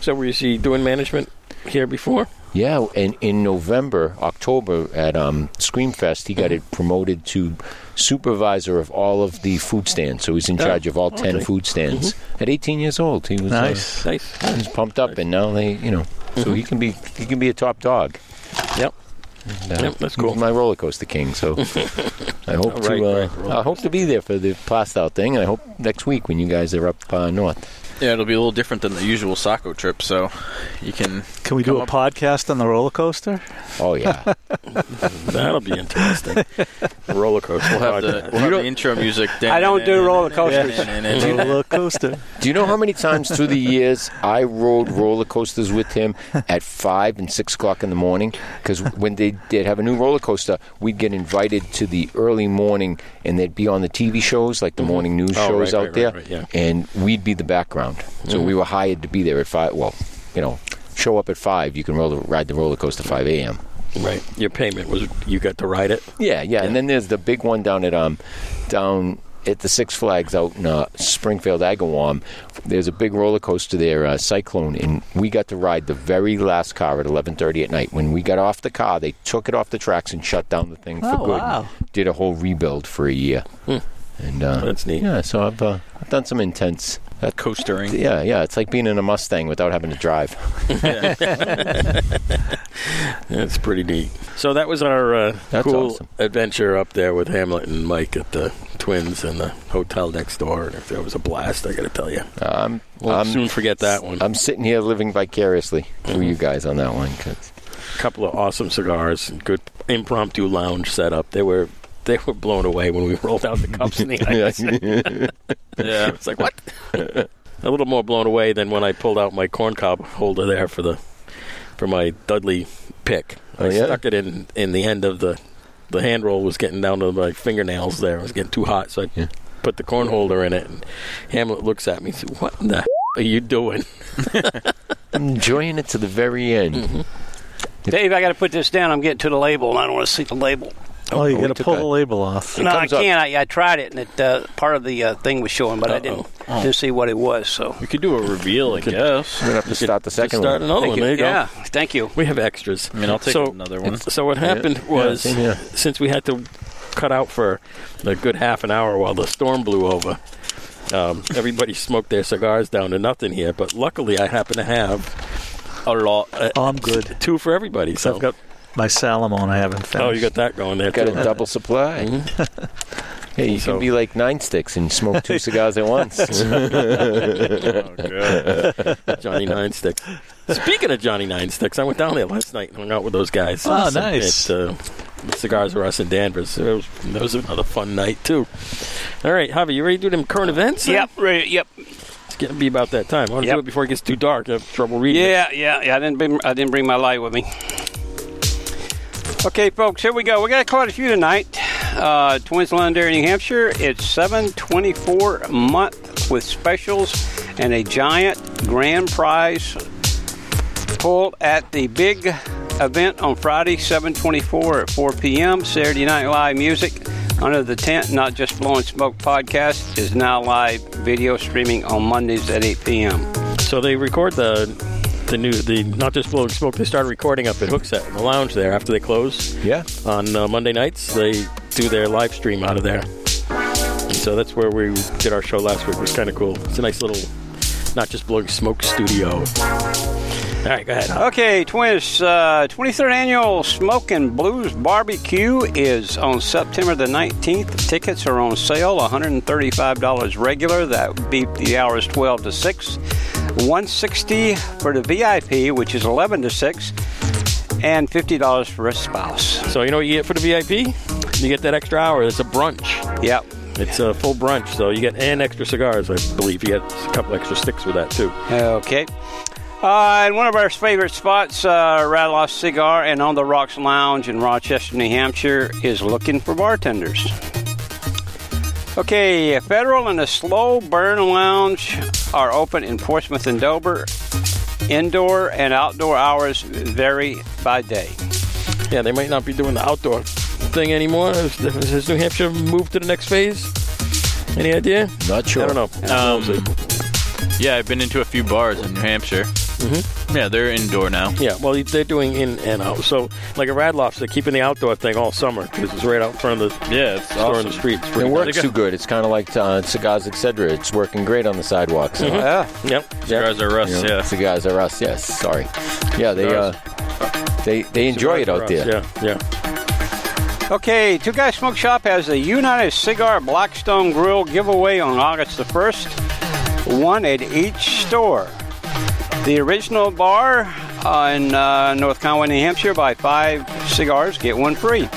[SPEAKER 1] So were you see doing management here before?
[SPEAKER 6] yeah, and in November, October at um, Screamfest, he
[SPEAKER 1] Mm-hmm.
[SPEAKER 6] got it promoted to supervisor of all of the food stands. So he's in charge of all ten
[SPEAKER 1] Oh, okay. Mm-hmm.
[SPEAKER 6] food stands. At 18 years old, he was uh,
[SPEAKER 4] Nice.
[SPEAKER 1] Nice.
[SPEAKER 6] he was pumped up, and now they, you know, so
[SPEAKER 1] Mm-hmm.
[SPEAKER 6] he can be he can be a top dog.
[SPEAKER 1] Yep.
[SPEAKER 6] And, uh,
[SPEAKER 1] Yep, that's
[SPEAKER 6] he's
[SPEAKER 1] cool.
[SPEAKER 6] my roller coaster king. So I hope
[SPEAKER 1] All right,
[SPEAKER 6] to uh,
[SPEAKER 1] right, roller
[SPEAKER 6] I hope to be there for the Plastow thing, and I hope next week when you guys are up uh, north.
[SPEAKER 5] Yeah, it'll be a little different than the usual Saco trip, so you can.
[SPEAKER 4] Can we do
[SPEAKER 5] Come
[SPEAKER 4] a
[SPEAKER 5] up-
[SPEAKER 4] podcast on the roller coaster?
[SPEAKER 6] Oh yeah,
[SPEAKER 1] That'll be interesting. roller coaster.
[SPEAKER 5] We'll have the, we'll have the intro music.
[SPEAKER 2] I don't do roller coasters.
[SPEAKER 4] roller coaster.
[SPEAKER 6] Do you know how many times through the years I rode roller coasters with him at five and six o'clock in the morning? Because when they did have a new roller coaster, we'd get invited to the early morning, and they'd be on the TV shows, like the morning news
[SPEAKER 1] Oh,
[SPEAKER 6] shows
[SPEAKER 1] right,
[SPEAKER 6] out
[SPEAKER 1] right,
[SPEAKER 6] there,
[SPEAKER 1] right, right, yeah. Mm-hmm.
[SPEAKER 6] and we'd be the background. So we were hired to be there at five. Well, you know, show up at five, you can roll the, ride the roller coaster five a.m.
[SPEAKER 1] Right. Your payment was you got to ride it.
[SPEAKER 6] Yeah, yeah, and then there's the big one down at um, down at the Six Flags out in uh, Springfield, Agawam. There's a big roller coaster there, uh, Cyclone, and we got to ride the very last car at 11:30 at night. When we got off the car, they took it off the tracks and shut down the thing for
[SPEAKER 4] Oh,
[SPEAKER 6] good. and
[SPEAKER 4] wow.
[SPEAKER 6] Did a whole rebuild for a year, and uh,
[SPEAKER 1] That's neat.
[SPEAKER 6] Yeah, so I've uh, I've done some intense. That,
[SPEAKER 5] Coastering.
[SPEAKER 6] yeah, yeah, it's like being in a Mustang without having to drive.
[SPEAKER 1] That's pretty neat. So that was our uh,
[SPEAKER 6] That's
[SPEAKER 1] cool
[SPEAKER 6] awesome.
[SPEAKER 1] adventure up there with Hamlet and Mike at the Twins and the hotel next door. And if there was a blast, I got to tell you,
[SPEAKER 6] Um,
[SPEAKER 1] we'll
[SPEAKER 6] I'm-
[SPEAKER 1] soon forget that one.
[SPEAKER 6] I'm sitting here living vicariously through you guys on that one. 'cause-
[SPEAKER 1] a couple of awesome cigars, and good impromptu lounge setup. They were they were blown away when we rolled out the cups in the ice.
[SPEAKER 5] Yeah.
[SPEAKER 1] It's like what? a little more blown away than when I pulled out my corn cob holder there for the for my Dudley pick.
[SPEAKER 6] Oh,
[SPEAKER 1] I
[SPEAKER 6] yeah?
[SPEAKER 1] stuck it in in the end of the the hand roll was getting down to my fingernails there. It was getting too hot, so I
[SPEAKER 6] Yeah.
[SPEAKER 1] put the corn holder in it. And Hamlet looks at me and says, "What in the are you doing?"
[SPEAKER 6] I'm enjoying it to the very end.
[SPEAKER 2] Dave, I got to put this down. I'm getting to the label, and I don't want to see the label.
[SPEAKER 4] Oh, you
[SPEAKER 6] we
[SPEAKER 4] got to
[SPEAKER 6] took
[SPEAKER 4] pull
[SPEAKER 6] a-
[SPEAKER 4] the label off.
[SPEAKER 2] no, I
[SPEAKER 6] comes up.
[SPEAKER 2] can't. I, I tried it, and it, uh, part of the uh, thing was showing, but I didn't didn't see what it was. So,
[SPEAKER 5] We could do a reveal, I guess.
[SPEAKER 6] We're gonna have to start the
[SPEAKER 1] Just
[SPEAKER 6] second
[SPEAKER 1] start
[SPEAKER 6] one.
[SPEAKER 1] another
[SPEAKER 2] Thank
[SPEAKER 1] one.
[SPEAKER 2] you.
[SPEAKER 1] There you go.
[SPEAKER 2] yeah, thank you.
[SPEAKER 1] We have extras.
[SPEAKER 5] I mean, I'll take
[SPEAKER 1] So-
[SPEAKER 5] another one.
[SPEAKER 1] So what happened was,
[SPEAKER 6] same here.
[SPEAKER 1] since we had to cut out for a good half an hour while the storm blew over, um, everybody smoked their cigars down to nothing here. But luckily, I happen to have a lot, uh,
[SPEAKER 4] Oh, I'm good.
[SPEAKER 1] two for everybody. So
[SPEAKER 4] I've got my Salomon. I haven't finished.
[SPEAKER 1] oh, you got that going there
[SPEAKER 6] Got
[SPEAKER 1] too. Hmm?
[SPEAKER 6] a double supply. Hey, you
[SPEAKER 1] Mm-hmm. So- Mm-hmm.
[SPEAKER 6] can be like nine sticks and smoke two cigars at once.
[SPEAKER 5] Oh, good.
[SPEAKER 1] Johnny Nine Sticks. Speaking of Johnny Nine Sticks, I went down there last night and hung out with those guys.
[SPEAKER 4] Oh,
[SPEAKER 1] Awesome.
[SPEAKER 4] nice.
[SPEAKER 1] At, uh, Cigars R Us in Danvers. So It was, that was another fun night, too. All right, Javi, you ready to do them current events?
[SPEAKER 2] Yep, right, yep.
[SPEAKER 1] It's going to be about that time. I want to
[SPEAKER 2] Yep.
[SPEAKER 1] do it before it gets too dark. I have trouble reading. it.
[SPEAKER 2] Yeah, yeah, yeah. I didn't bring, I didn't bring my light with me. Okay, folks, here we go. We got quite a few tonight. Uh, Twins Londonderry, New Hampshire. It's seven twenty-four a month with specials and a giant grand prize pulled at the big event on Friday, seven twenty-four at four p.m. Saturday Night Live music under the tent. Not just blowing smoke podcast is now live video streaming on Mondays at eight p.m.
[SPEAKER 1] So they record the the new the not just blowing smoke. They started recording up at Hookset in the lounge there after they close.
[SPEAKER 6] Yeah.
[SPEAKER 1] On uh, Monday nights, they do their live stream out of there. And so that's where we did our show last week. It was kind of cool. It's a nice little not just blowing smoke studio. All right, go ahead.
[SPEAKER 2] Okay, Twins, uh, 23rd Annual Smoke and Blues Barbecue is on September the 19th. Tickets are on sale, $135 regular. That would be the hours 12 to 6. 160 for the VIP, which is 11 to 6, and $50 for a spouse.
[SPEAKER 1] So you know what you get for the VIP? You get that extra hour. It's a brunch.
[SPEAKER 2] Yep.
[SPEAKER 1] It's a full brunch, so you get and extra cigars, I believe. You get a couple extra sticks with that too.
[SPEAKER 2] Okay. Uh, and one of our favorite spots, uh, Rattle Off Cigar and On the Rocks Lounge in Rochester, New Hampshire, is looking for bartenders. Okay, Federal and the Slow Burn Lounge are open in Portsmouth and Dover. Indoor and outdoor hours vary by day.
[SPEAKER 1] Yeah, they might not be doing the outdoor thing anymore. Has, has New Hampshire moved to the next phase? Any idea?
[SPEAKER 6] Not sure.
[SPEAKER 1] I don't know.
[SPEAKER 5] Um, yeah, I've been into a few bars in New Hampshire. Mm-hmm. Yeah, they're indoor now.
[SPEAKER 1] Yeah, well, they're doing in and out. So, like a Radloff's, they're keeping the outdoor thing all summer because it's right out front of the
[SPEAKER 5] Yeah, it's
[SPEAKER 1] store in
[SPEAKER 5] awesome.
[SPEAKER 1] the street. It's
[SPEAKER 6] It
[SPEAKER 1] pretty
[SPEAKER 6] works
[SPEAKER 1] good.
[SPEAKER 6] too good. It's kind of like uh, cigars, etc. It's working great on the sidewalks.
[SPEAKER 1] Mm-hmm.
[SPEAKER 2] Yeah.
[SPEAKER 1] Yep.
[SPEAKER 5] Cigars are Russ,
[SPEAKER 6] You know,
[SPEAKER 5] yeah.
[SPEAKER 6] Cigars are us. Yes. Sorry. Yeah. They uh,
[SPEAKER 1] Cigars.
[SPEAKER 6] they they enjoy it out there.
[SPEAKER 1] Yeah, yeah.
[SPEAKER 2] Okay, Two Guys Smoke Shop has the United Cigar Blackstone Grill giveaway on August the 1st, one at each store. The original bar uh, in uh, North Conway, New Hampshire, buy five cigars, get one free.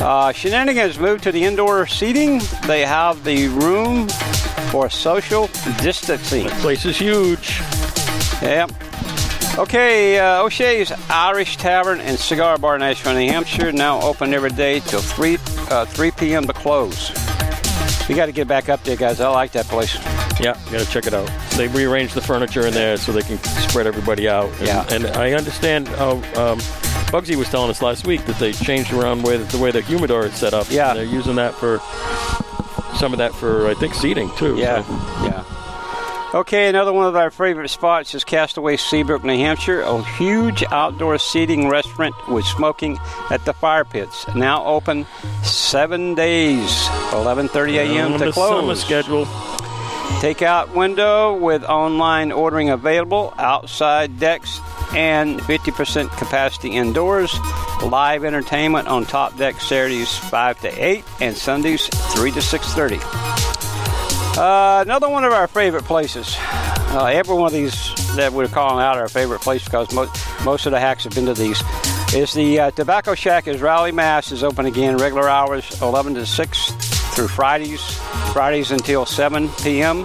[SPEAKER 2] Uh, Shenanigans moved to the indoor seating. They have the room for social distancing.
[SPEAKER 1] Place is huge.
[SPEAKER 2] Yep. Okay, uh, O'Shea's Irish Tavern and Cigar Bar, in Nashville, New Hampshire, now open every day till 3, uh, 3 p.m. to close. We got to get back up there, guys. I like that place.
[SPEAKER 1] Yeah, you gotta check it out. They rearranged the furniture in there so they can spread everybody out. And,
[SPEAKER 2] Yeah.
[SPEAKER 1] and I understand how um, Bugsy was telling us last week that they changed around where, the way the humidor is set up.
[SPEAKER 2] Yeah.
[SPEAKER 1] And they're using that for some of that for I think seating too.
[SPEAKER 2] Yeah,
[SPEAKER 1] So-
[SPEAKER 2] yeah. Okay, another one of our favorite spots is Castaway Seabrook, New Hampshire, a huge outdoor seating restaurant with smoking at the fire pits. Now open seven days, 11:30 a.m.
[SPEAKER 1] On
[SPEAKER 2] to
[SPEAKER 1] the
[SPEAKER 2] close.
[SPEAKER 1] summer schedule.
[SPEAKER 2] Takeout window with online ordering available, outside decks, and 50% capacity indoors. Live entertainment on top deck Saturdays 5 to 8 and Sundays 3 to 6:30. Uh, another one of our favorite places. Uh, every one of these that we're calling out are our favorite place because mo- most of the hacks have been to these. Is the uh, Tobacco Shack is Raleigh, Mass. is open again regular hours 11 to 6 through Fridays, Fridays until 7 p.m.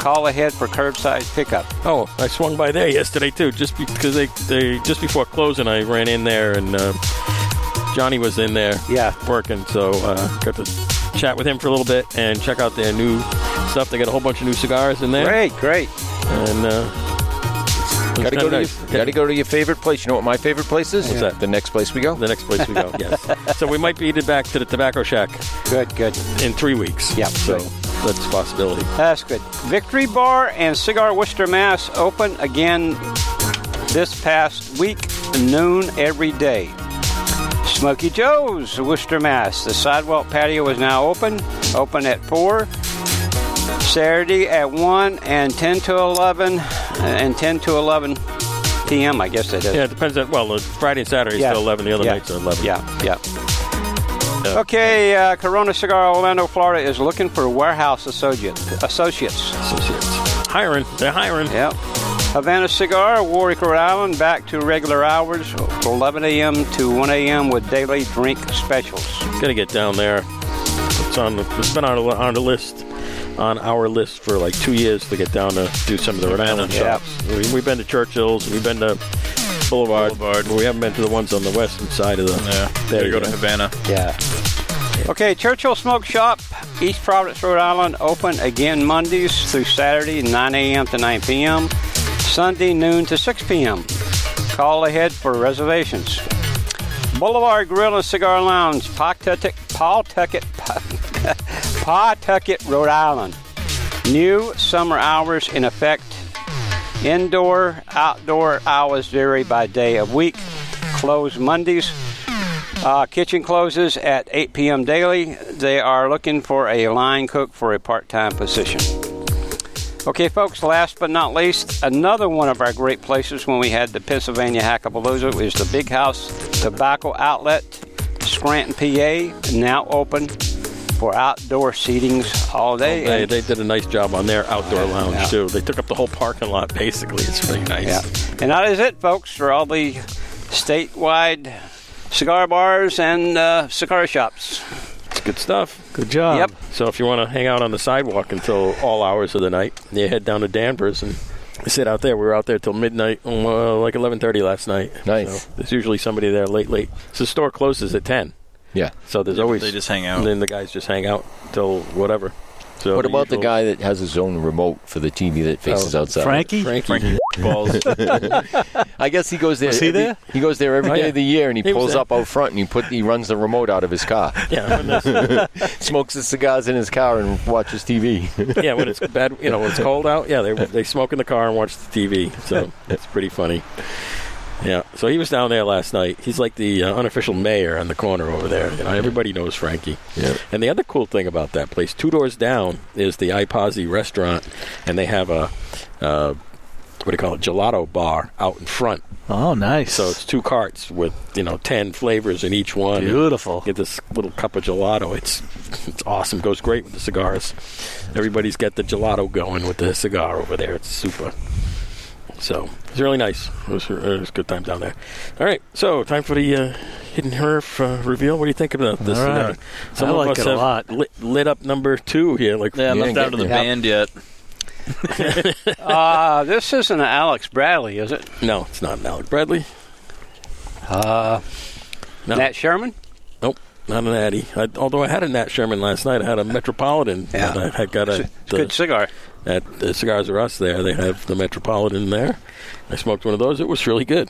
[SPEAKER 2] Call ahead for curbside pickup.
[SPEAKER 1] Oh, I swung by there yesterday too, just because they, they just before closing, I ran in there and uh, Johnny was in there,
[SPEAKER 2] Yeah.
[SPEAKER 1] working. So uh, got to chat with him for a little bit and check out their new stuff. They got a whole bunch of new cigars in there,
[SPEAKER 2] Great, great.
[SPEAKER 1] and uh, it was
[SPEAKER 6] Gotta
[SPEAKER 1] kinda
[SPEAKER 6] go, to
[SPEAKER 1] nice.
[SPEAKER 6] your, gotta go to your favorite place. You know what my favorite place is?
[SPEAKER 1] What's that?
[SPEAKER 6] The next place we go.
[SPEAKER 1] the next place we go. yes, so we might be headed back to the Tobacco Shack
[SPEAKER 2] Good, good.
[SPEAKER 1] in three weeks.
[SPEAKER 2] Yeah,
[SPEAKER 1] so
[SPEAKER 2] good.
[SPEAKER 1] that's a possibility.
[SPEAKER 2] That's good. Victory Bar and Cigar Worcester, Mass. open again this past week, noon every day. Smoky Joe's, Worcester, Mass. The sidewalk patio is now open, open at 4, Saturday at 1, and 10 to 11, and 10 to 11 p.m., I guess that is.
[SPEAKER 1] Yeah, it depends on well, the Friday and Saturday is
[SPEAKER 2] Yeah.
[SPEAKER 1] till eleven. The other
[SPEAKER 2] Yeah.
[SPEAKER 1] nights are eleven.
[SPEAKER 2] Yeah, yeah. Okay, uh, Corona Cigar Orlando, Florida is looking for warehouse associate, associates.
[SPEAKER 1] Associates. hiring. They're hiring.
[SPEAKER 2] Yep. Havana Cigar, Warwick, Rhode Island, back to regular hours, 11 a.m. to 1 a.m. with daily drink specials.
[SPEAKER 1] Gotta get down there. It's on. It's been on a- on the list, on our list for like two years to get down to do some of the Rhode Island
[SPEAKER 2] Yeah.
[SPEAKER 1] shops. We, we've been to Churchill's. We've been to Boulevard. but we haven't been to the ones on the western side of the.
[SPEAKER 5] Yeah.
[SPEAKER 1] There
[SPEAKER 5] There
[SPEAKER 1] you
[SPEAKER 5] you go
[SPEAKER 1] go.
[SPEAKER 5] to Havana.
[SPEAKER 2] Yeah. Okay, Churchill Smoke Shop, East Providence, Rhode Island, open again Mondays through Saturday, 9 a.m. to 9 p.m., Sunday, noon to 6 p.m. Call ahead for reservations. Boulevard Grill and Cigar Lounge, Pawtucket, Pawtucket, Pawtucket, Rhode Island. New summer hours in effect Indoor, outdoor hours vary by day of week. Close Mondays. Uh, kitchen closes at 8 p.m. daily. They are looking for a line cook for a part time position. Okay, folks, last but not least, another one of our great places when we had the Pennsylvania Hackapalooza is the Big House Tobacco Outlet, Scranton, PA, now open for outdoor seatings all day.
[SPEAKER 1] They,
[SPEAKER 2] And-
[SPEAKER 1] they did a nice job on their outdoor lounge
[SPEAKER 2] Yeah.
[SPEAKER 1] too. They took up the whole parking lot basically. It's really nice.
[SPEAKER 2] Yeah. And that is it, folks, for all the statewide cigar bars and uh, cigar shops.
[SPEAKER 1] It's good stuff.
[SPEAKER 4] Good job.
[SPEAKER 2] Yep.
[SPEAKER 1] So if you want to hang out on the sidewalk until all hours of the night, you head down to Danvers and sit out there. We were out there till midnight, uh, like 11:30 last night.
[SPEAKER 6] Nice.
[SPEAKER 1] So there's usually somebody there late, late. So the store closes at 10.
[SPEAKER 6] Yeah.
[SPEAKER 1] So there's
[SPEAKER 5] Yeah, but
[SPEAKER 1] always
[SPEAKER 5] they just hang out.
[SPEAKER 1] Then the guys just hang out till whatever. So
[SPEAKER 6] What about the
[SPEAKER 1] usual-
[SPEAKER 6] guy that has his own remote for the TV
[SPEAKER 1] Oh,
[SPEAKER 6] that faces outside?
[SPEAKER 4] Frankie?
[SPEAKER 1] Frankie?
[SPEAKER 5] Balls.
[SPEAKER 6] I guess he goes there.
[SPEAKER 4] Was he
[SPEAKER 6] every-
[SPEAKER 4] there?
[SPEAKER 6] He goes there every day
[SPEAKER 1] Oh, yeah.
[SPEAKER 6] of the year, and he,
[SPEAKER 1] He was
[SPEAKER 6] pulls
[SPEAKER 1] there.
[SPEAKER 6] up out front and he put he runs the remote out of his car,
[SPEAKER 1] yeah, when it's-
[SPEAKER 6] smokes his cigars in his car, and watches TV.
[SPEAKER 1] yeah. When it's bad, you know, when it's cold out, yeah, they they smoke in the car and watch the TV. So it's pretty funny. Yeah. So he was down there last night. He's like the uh, unofficial mayor on the corner over there. You know, everybody knows Frankie.
[SPEAKER 6] yeah.
[SPEAKER 1] And the other cool thing about that place, two doors down, is the iPozzi restaurant, and they have a uh, what do you call it, gelato bar out in front.
[SPEAKER 4] Oh, nice.
[SPEAKER 1] So it's two carts with you know ten flavors in each one.
[SPEAKER 4] beautiful.
[SPEAKER 1] Get this little cup of gelato. It's it's awesome. Goes great with the cigars. Everybody's got the gelato going with the cigar over there. It's super. So it's really nice. It was, it was a good time down there. All right, so time for the uh, hidden herf uh, reveal. What do you think about this?
[SPEAKER 4] All right.
[SPEAKER 1] Uh, some
[SPEAKER 4] I
[SPEAKER 1] of
[SPEAKER 4] like
[SPEAKER 1] us
[SPEAKER 4] it a
[SPEAKER 1] have
[SPEAKER 4] lot.
[SPEAKER 1] Lit, lit up number two here. Like
[SPEAKER 5] yeah, I'm
[SPEAKER 6] You
[SPEAKER 5] not
[SPEAKER 6] didn't
[SPEAKER 5] down
[SPEAKER 6] get
[SPEAKER 5] to the
[SPEAKER 6] it.
[SPEAKER 5] band yet.
[SPEAKER 2] Uh, this isn't Alex Bradley, is it?
[SPEAKER 1] no, it's not an Alec Bradley.
[SPEAKER 2] Uh,
[SPEAKER 1] No.
[SPEAKER 2] Nat Sherman?
[SPEAKER 1] Nope, not an Addy. I, although I had a Nat Sherman last night. I had a Metropolitan.
[SPEAKER 2] Yeah.
[SPEAKER 1] that I had got
[SPEAKER 2] It's a
[SPEAKER 1] a,
[SPEAKER 2] it's a good cigar.
[SPEAKER 1] at the Cigars R Us there. They have the Metropolitan there. I smoked one of those. It was really good.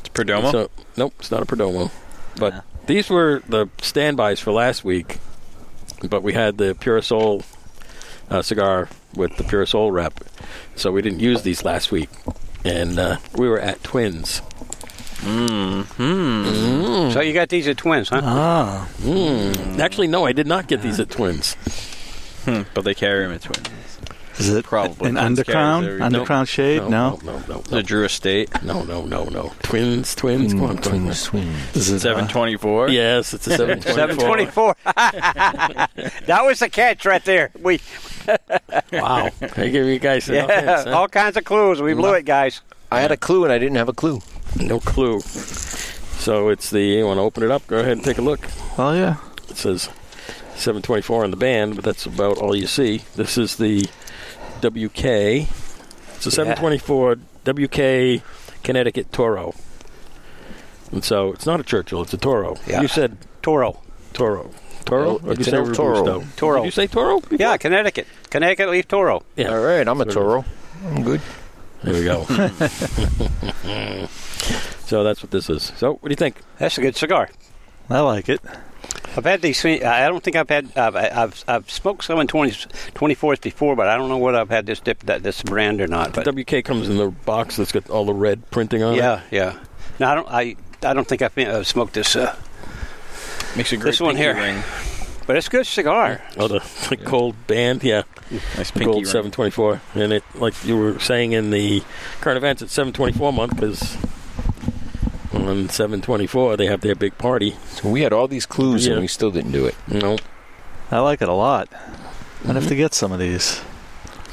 [SPEAKER 5] It's Perdomo.
[SPEAKER 1] So, nope, it's not a Perdomo. But
[SPEAKER 5] Uh-huh. Yeah.
[SPEAKER 1] these were the standbys for last week. But we had the Pure Soul uh, cigar with the Pure Soul wrap, so we didn't use these last week. And uh, we were at Twins. Hmm.
[SPEAKER 2] So you got these at Twins, huh?
[SPEAKER 4] Ah,
[SPEAKER 1] Actually, no, I did not get these at Twins.
[SPEAKER 5] Hmm, but they carry him at twin.
[SPEAKER 4] is it
[SPEAKER 5] Probably.
[SPEAKER 4] an
[SPEAKER 5] That's
[SPEAKER 4] undercrown?
[SPEAKER 5] carries every-
[SPEAKER 4] Undercrown shade?
[SPEAKER 1] No,
[SPEAKER 4] No.
[SPEAKER 1] no, no,
[SPEAKER 5] The
[SPEAKER 1] no,
[SPEAKER 5] Drew Estate.
[SPEAKER 1] no, no, no, no. Twins, twins, come on,
[SPEAKER 6] Twin,
[SPEAKER 1] come on, come
[SPEAKER 6] twin,
[SPEAKER 1] on.
[SPEAKER 6] twin.
[SPEAKER 4] Is it, uh,
[SPEAKER 5] 724.
[SPEAKER 1] Yes, it's a 724.
[SPEAKER 2] 724. that was the catch right there. We
[SPEAKER 1] Wow. I give you guys enough hints,
[SPEAKER 2] yeah,
[SPEAKER 1] huh? Mm.
[SPEAKER 2] all kinds of clues. We blew it, guys.
[SPEAKER 6] I had a clue, and I didn't have a clue.
[SPEAKER 1] no clue. So it's the, you want to open it up? Go ahead and take a look.
[SPEAKER 4] oh yeah.
[SPEAKER 1] It says 724 on the band, but that's about all you see. This is the WK. It's a 724 WK Connecticut Toro. And so it's not a Churchill, it's a Toro.
[SPEAKER 2] Yeah.
[SPEAKER 1] You said
[SPEAKER 2] Toro.
[SPEAKER 1] Toro. Toro?
[SPEAKER 6] Oh,
[SPEAKER 1] Or did you
[SPEAKER 6] it's
[SPEAKER 1] say
[SPEAKER 6] an El Toro.
[SPEAKER 1] Robusto?
[SPEAKER 2] Toro.
[SPEAKER 1] Did you say Toro?
[SPEAKER 2] Yeah, Connecticut. Connecticut Leaf Toro.
[SPEAKER 1] Yeah.
[SPEAKER 6] All right, I'm a Toro. I'm good.
[SPEAKER 1] There we go. so that's what this is. So what do you think?
[SPEAKER 2] That's a good cigar.
[SPEAKER 4] I like it.
[SPEAKER 2] I've had these. I don't think I've had. I've I've, I've smoked seven twenty twenty fours before, but I don't know whether I've had this dip that this brand or not. But
[SPEAKER 1] WK comes in the box that's got all the red printing on it.
[SPEAKER 2] yeah, yeah. No, I don't. I I don't think I've, been, I've smoked this. Uh,
[SPEAKER 5] Makes a great
[SPEAKER 2] This one
[SPEAKER 5] pinky
[SPEAKER 2] here.
[SPEAKER 5] ring.
[SPEAKER 2] but it's a good cigar.
[SPEAKER 1] Oh, the, the gold band, yeah,
[SPEAKER 5] Nice
[SPEAKER 1] the
[SPEAKER 5] pinky
[SPEAKER 1] gold
[SPEAKER 5] ring.
[SPEAKER 1] 724, and it like you were saying in the current events, it's 724 month because on 724 they have their big party.
[SPEAKER 6] So we had all these clues,
[SPEAKER 1] Yeah.
[SPEAKER 6] and we still didn't do it.
[SPEAKER 1] You know,
[SPEAKER 4] I like it a lot. I'd have to get some of these.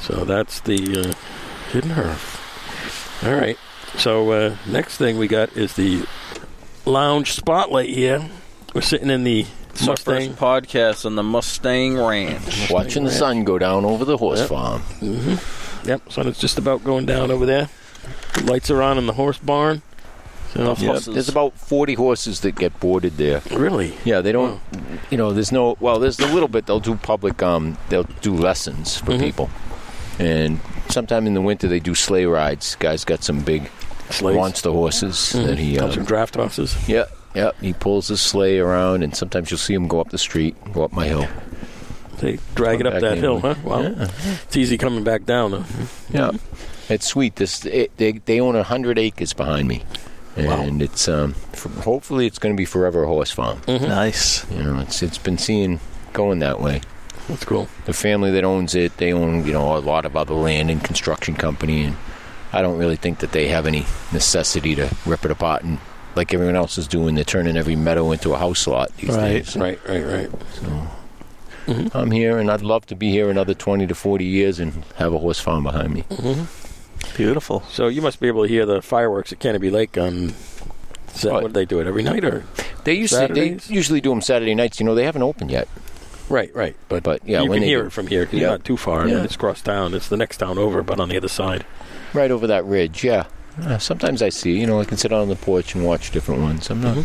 [SPEAKER 1] so that's the uh, hidden herb. All right. So uh, next thing we got is the lounge spotlight here. We're sitting in the
[SPEAKER 5] It's our first
[SPEAKER 1] Mustang.
[SPEAKER 5] podcast on the Mustang Ranch.
[SPEAKER 6] Watching the sun go down over the horse
[SPEAKER 1] Yep.
[SPEAKER 6] farm.
[SPEAKER 1] Yep, so it's just about going down over there. Lights are on in the horse barn. So
[SPEAKER 5] Horses.
[SPEAKER 6] There's about 40 horses that get boarded there.
[SPEAKER 1] really,
[SPEAKER 6] Yeah, they don't. You know, there's no. Well, there's a little bit. They'll do public. Um, they'll do lessons for people, and sometime in the winter they do sleigh rides. Guy's got some big
[SPEAKER 1] Sleighs. Mm-hmm.
[SPEAKER 6] monster horses that he.
[SPEAKER 1] Got some
[SPEAKER 6] Um,
[SPEAKER 1] draft horses.
[SPEAKER 6] yeah, yeah. He pulls his sleigh around, and sometimes you'll see him go up the street, go up my hill.
[SPEAKER 1] They drag it up
[SPEAKER 6] Back
[SPEAKER 1] that
[SPEAKER 6] in.
[SPEAKER 1] hill, huh? Wow,
[SPEAKER 6] Yeah.
[SPEAKER 1] it's easy coming back down. Though.
[SPEAKER 6] Yeah, it's sweet. This it, they they own hundred acres behind me, and it's um. For, hopefully, it's going to be forever a horse farm.
[SPEAKER 4] Nice.
[SPEAKER 6] You know, it's it's been seen going that way.
[SPEAKER 1] That's cool.
[SPEAKER 6] the family that owns it, they own you know a lot of other land and construction company, and I don't really think that they have any necessity to rip it apart and like everyone else is doing. They're turning every meadow into a house lot these
[SPEAKER 4] Right.
[SPEAKER 6] days.
[SPEAKER 1] Right, right, right.
[SPEAKER 6] I'm here, and I'd love to be here another 20 to 40 years and have a horse farm behind me.
[SPEAKER 4] Beautiful.
[SPEAKER 1] So you must be able to hear the fireworks at Kennedy Lake on. Is that
[SPEAKER 6] Right.
[SPEAKER 1] what they do it every night or?
[SPEAKER 6] They usually they
[SPEAKER 1] Saturdays?
[SPEAKER 6] usually do them Saturday nights. You know they haven't opened yet,
[SPEAKER 1] Right, right. But,
[SPEAKER 6] but uh, yeah,
[SPEAKER 1] you
[SPEAKER 6] when
[SPEAKER 1] can
[SPEAKER 6] they
[SPEAKER 1] hear
[SPEAKER 6] do,
[SPEAKER 1] it from here. 'cause
[SPEAKER 6] Yeah.
[SPEAKER 1] You're not too far. I mean,
[SPEAKER 6] Yeah.
[SPEAKER 1] it's cross town. It's the next town over, but on the other side.
[SPEAKER 6] right over that ridge, yeah. Uh, Sometimes I see, you know, I can sit out on the porch and watch different ones. I'm not, I'm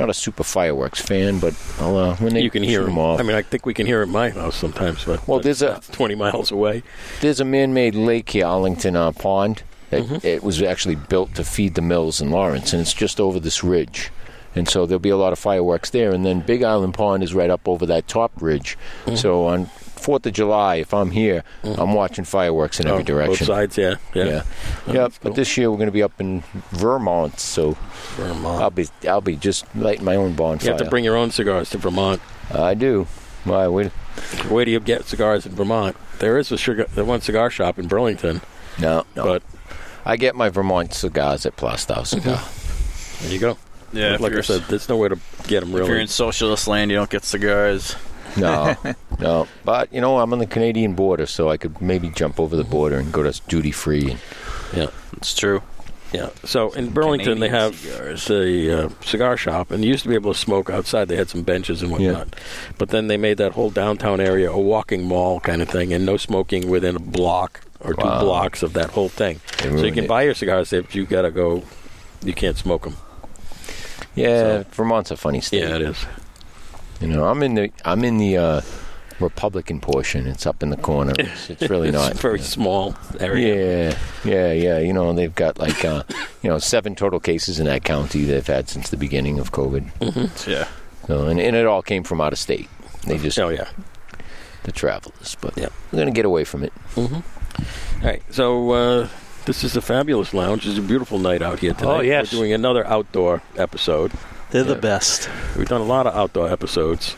[SPEAKER 6] not a super fireworks fan, but I'll, uh, when they
[SPEAKER 1] Mm-hmm. you can hear
[SPEAKER 6] shoot 'em
[SPEAKER 1] them
[SPEAKER 6] off,
[SPEAKER 1] I mean, I think we can hear it at my house sometimes, but
[SPEAKER 6] Well, there's a-
[SPEAKER 1] that's 20 miles away.
[SPEAKER 6] There's a man-made lake here, Arlington uh, Pond. That
[SPEAKER 1] Mm-hmm.
[SPEAKER 6] It was actually built to feed the mills in Lawrence, and it's just over this ridge. And so there'll be a lot of fireworks there. And then Big Island Pond is right up over that top ridge.
[SPEAKER 1] Mm-hmm.
[SPEAKER 6] So on Fourth of July, if I'm here, I'm watching fireworks in every
[SPEAKER 1] Oh,
[SPEAKER 6] direction.
[SPEAKER 1] Both sides, yeah, yeah. Oh,
[SPEAKER 6] Yeah, yep.
[SPEAKER 1] that's cool.
[SPEAKER 6] But this year we're going to be up in Vermont, so
[SPEAKER 1] Vermont.
[SPEAKER 6] I'll be I'll be just lighting my own bonfire.
[SPEAKER 1] Oh. You have to bring your own cigars to Vermont.
[SPEAKER 6] I do. Why would
[SPEAKER 1] Where do you get cigars in Vermont? There is a sugar, the one cigar shop in Burlington,
[SPEAKER 6] no? No.
[SPEAKER 1] but
[SPEAKER 6] I get my Vermont cigars at Plastow
[SPEAKER 1] Mm-hmm.
[SPEAKER 6] Cigar.
[SPEAKER 1] there you go.
[SPEAKER 5] Yeah, if
[SPEAKER 1] like I
[SPEAKER 5] you're-
[SPEAKER 1] said, there's nowhere to get them
[SPEAKER 5] If you're
[SPEAKER 1] really.
[SPEAKER 5] in socialist land, you don't get cigars.
[SPEAKER 6] No, no. But you know, I'm on the Canadian border, so I could maybe jump over the border and go to duty free.
[SPEAKER 1] yeah,
[SPEAKER 5] It's true.
[SPEAKER 1] yeah. So in Burlington, they
[SPEAKER 5] Canadian
[SPEAKER 1] have
[SPEAKER 5] cigars.
[SPEAKER 1] the uh, cigar shop, and you used to be able to smoke outside. They had some benches and whatnot, but then they made that whole downtown area a walking mall kind of thing, and no smoking within a block or two
[SPEAKER 6] Wow.
[SPEAKER 1] blocks of that whole thing. So
[SPEAKER 6] They
[SPEAKER 1] you
[SPEAKER 6] ruined
[SPEAKER 1] can
[SPEAKER 6] it.
[SPEAKER 1] buy your cigars there, but you gotta go. You can't smoke them.
[SPEAKER 6] Yeah, Vermont's a funny state.
[SPEAKER 1] Yeah, it is.
[SPEAKER 6] You know, I'm in the I'm in the uh, Republican portion. It's up in the corner. It's, it's really
[SPEAKER 1] it's
[SPEAKER 6] not
[SPEAKER 1] a very small area.
[SPEAKER 6] Yeah, yeah, yeah. You know, they've got like uh, you know seven total cases in that county they've had since the beginning of COVID.
[SPEAKER 5] Yeah.
[SPEAKER 6] So, and, and it all came from out of state. They just
[SPEAKER 1] Oh yeah.
[SPEAKER 6] the travelers, but
[SPEAKER 1] Yep.
[SPEAKER 6] we're gonna get away from it.
[SPEAKER 1] Mm-hmm. All right. So uh, this is the fabulous lounge. It's a beautiful night out here tonight.
[SPEAKER 4] Oh, yes.
[SPEAKER 1] We're doing another outdoor episode.
[SPEAKER 4] They're the
[SPEAKER 1] Yeah.
[SPEAKER 4] best.
[SPEAKER 1] We've done a lot of outdoor episodes.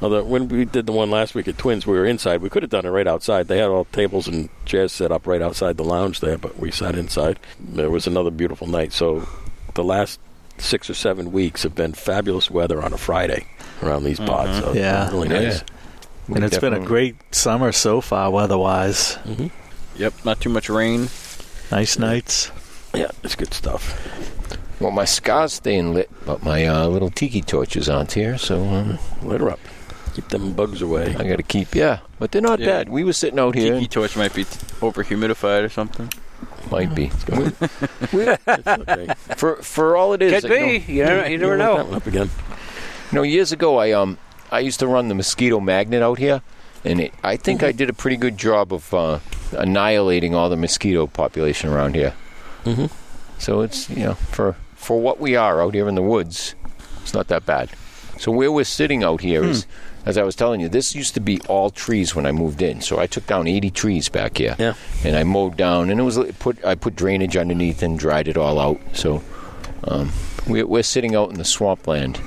[SPEAKER 1] Although when we did the one last week at Twins, we were inside. We could have done it right outside. They had all tables and chairs set up right outside the lounge there, but we sat inside. It was another beautiful night. So the last six or seven weeks have been fabulous weather on a Friday around these pods. So
[SPEAKER 4] Mm-hmm. Yeah.
[SPEAKER 1] really
[SPEAKER 6] Yeah.
[SPEAKER 1] nice.
[SPEAKER 4] And it's been a
[SPEAKER 6] Definitely.
[SPEAKER 4] great summer so far, weather-wise.
[SPEAKER 5] Yep. Not too much rain.
[SPEAKER 4] Nice nights.
[SPEAKER 1] Yeah, it's good stuff.
[SPEAKER 6] Well, my scar's staying lit, but my uh, little tiki torches aren't here, so um,
[SPEAKER 1] Light her up. Keep them bugs away.
[SPEAKER 6] I got to keep. Yeah, but they're not
[SPEAKER 5] Yeah.
[SPEAKER 6] bad. We were sitting out here.
[SPEAKER 5] Tiki torch might be t- over humidified or something.
[SPEAKER 6] Might be
[SPEAKER 1] Okay.
[SPEAKER 6] for for all it is.
[SPEAKER 2] Could
[SPEAKER 6] like,
[SPEAKER 2] be. You never, you never
[SPEAKER 1] We'll look that
[SPEAKER 2] know.
[SPEAKER 1] one up again.
[SPEAKER 6] You know, years ago, I um I used to run the mosquito magnet out here, and it, I think
[SPEAKER 1] Mm-hmm.
[SPEAKER 6] I did a pretty good job of uh, annihilating all the mosquito population around here.
[SPEAKER 1] Mhm.
[SPEAKER 6] So it's you know for for what we are out here in the woods, it's not that bad. So where we're sitting out here is,
[SPEAKER 1] Hmm.
[SPEAKER 6] as I was telling you, this used to be all trees when I moved in. So I took down 80 trees back here,
[SPEAKER 1] Yeah.
[SPEAKER 6] and I mowed down, and it was it put I put drainage underneath and dried it all out. So um, we, we're sitting out in the swampland,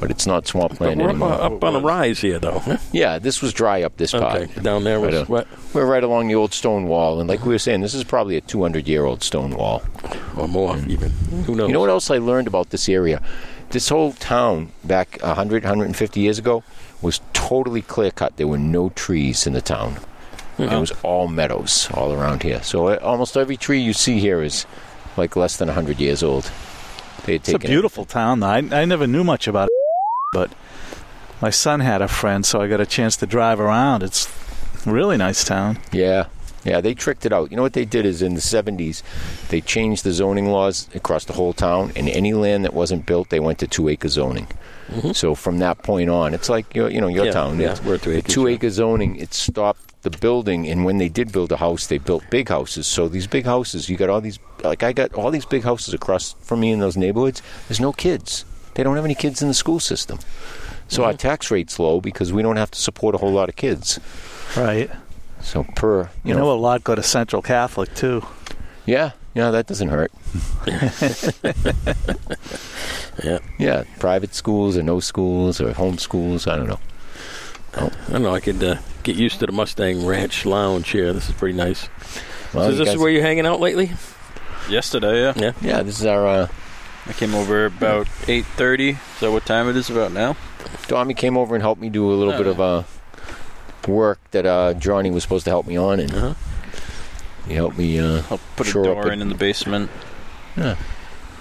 [SPEAKER 6] but it's not
[SPEAKER 1] But
[SPEAKER 6] swampland
[SPEAKER 1] we're up,
[SPEAKER 6] anymore.
[SPEAKER 1] on- up on a rise here, though. huh?
[SPEAKER 6] Yeah, this was dry up this part.
[SPEAKER 1] Okay, down there was
[SPEAKER 6] Right on.
[SPEAKER 1] what?
[SPEAKER 6] We're right along the old stone wall, and like we were saying, this is probably a 200 year old stone wall.
[SPEAKER 1] Or more, even. Who knows?
[SPEAKER 6] Mm. You know what else I learned about this area? This whole town back 100, 150 years ago was totally clear cut. There were no trees in the town.
[SPEAKER 4] Uh-huh.
[SPEAKER 6] It was all meadows all around here. So uh, almost every tree you see here is like less than 100 years old. They had
[SPEAKER 4] It's a
[SPEAKER 6] taken it.
[SPEAKER 4] beautiful town, though. I, I never knew much about it, but my son had a friend, so I got a chance to drive around. It's a really nice town.
[SPEAKER 6] Yeah. Yeah, they tricked it out. You know what they did is in the 70s, they changed the zoning laws across the whole town, and any land that wasn't built, they went to two acre zoning. So from that point on, it's like your, you know your
[SPEAKER 1] Mm-hmm. Yeah,
[SPEAKER 6] town.
[SPEAKER 1] yeah,
[SPEAKER 6] it's,
[SPEAKER 1] we're two
[SPEAKER 6] the
[SPEAKER 1] acres,
[SPEAKER 6] two
[SPEAKER 1] yeah.
[SPEAKER 6] acre zoning. It stopped the building, and when they did build a house, they built big houses. So these big houses, you got all these. Like I got all these big houses across from me in those neighborhoods. There's no kids. They don't have any kids in the school system. So
[SPEAKER 1] Mm-hmm.
[SPEAKER 6] our tax rate's low because we don't have to support a whole lot of kids.
[SPEAKER 4] Right.
[SPEAKER 6] So per
[SPEAKER 4] You, know, a lot go to Central Catholic, too.
[SPEAKER 6] yeah, yeah, that doesn't hurt.
[SPEAKER 1] Yeah.
[SPEAKER 6] Yeah, private schools or no schools or home schools, I don't know.
[SPEAKER 1] I don't know. I could uh, get used to the Mustang Ranch Lounge here. This is pretty nice.
[SPEAKER 6] Well,
[SPEAKER 1] so is
[SPEAKER 6] Oh, you
[SPEAKER 1] this
[SPEAKER 6] guys-
[SPEAKER 1] where you're hanging out lately?
[SPEAKER 5] Yesterday, yeah.
[SPEAKER 1] Yeah.
[SPEAKER 6] Yeah, this is our uh,
[SPEAKER 5] I came over about 8.30. So what time it is about now?
[SPEAKER 6] Tommy came over and helped me do a little bit of uh, work that uh, Johnny was supposed to help me on, and
[SPEAKER 1] Uh-huh.
[SPEAKER 6] he helped me. Uh,
[SPEAKER 5] I'll put
[SPEAKER 6] Shore
[SPEAKER 5] a
[SPEAKER 6] up
[SPEAKER 5] door
[SPEAKER 6] a-
[SPEAKER 5] in in the basement.
[SPEAKER 6] Yeah.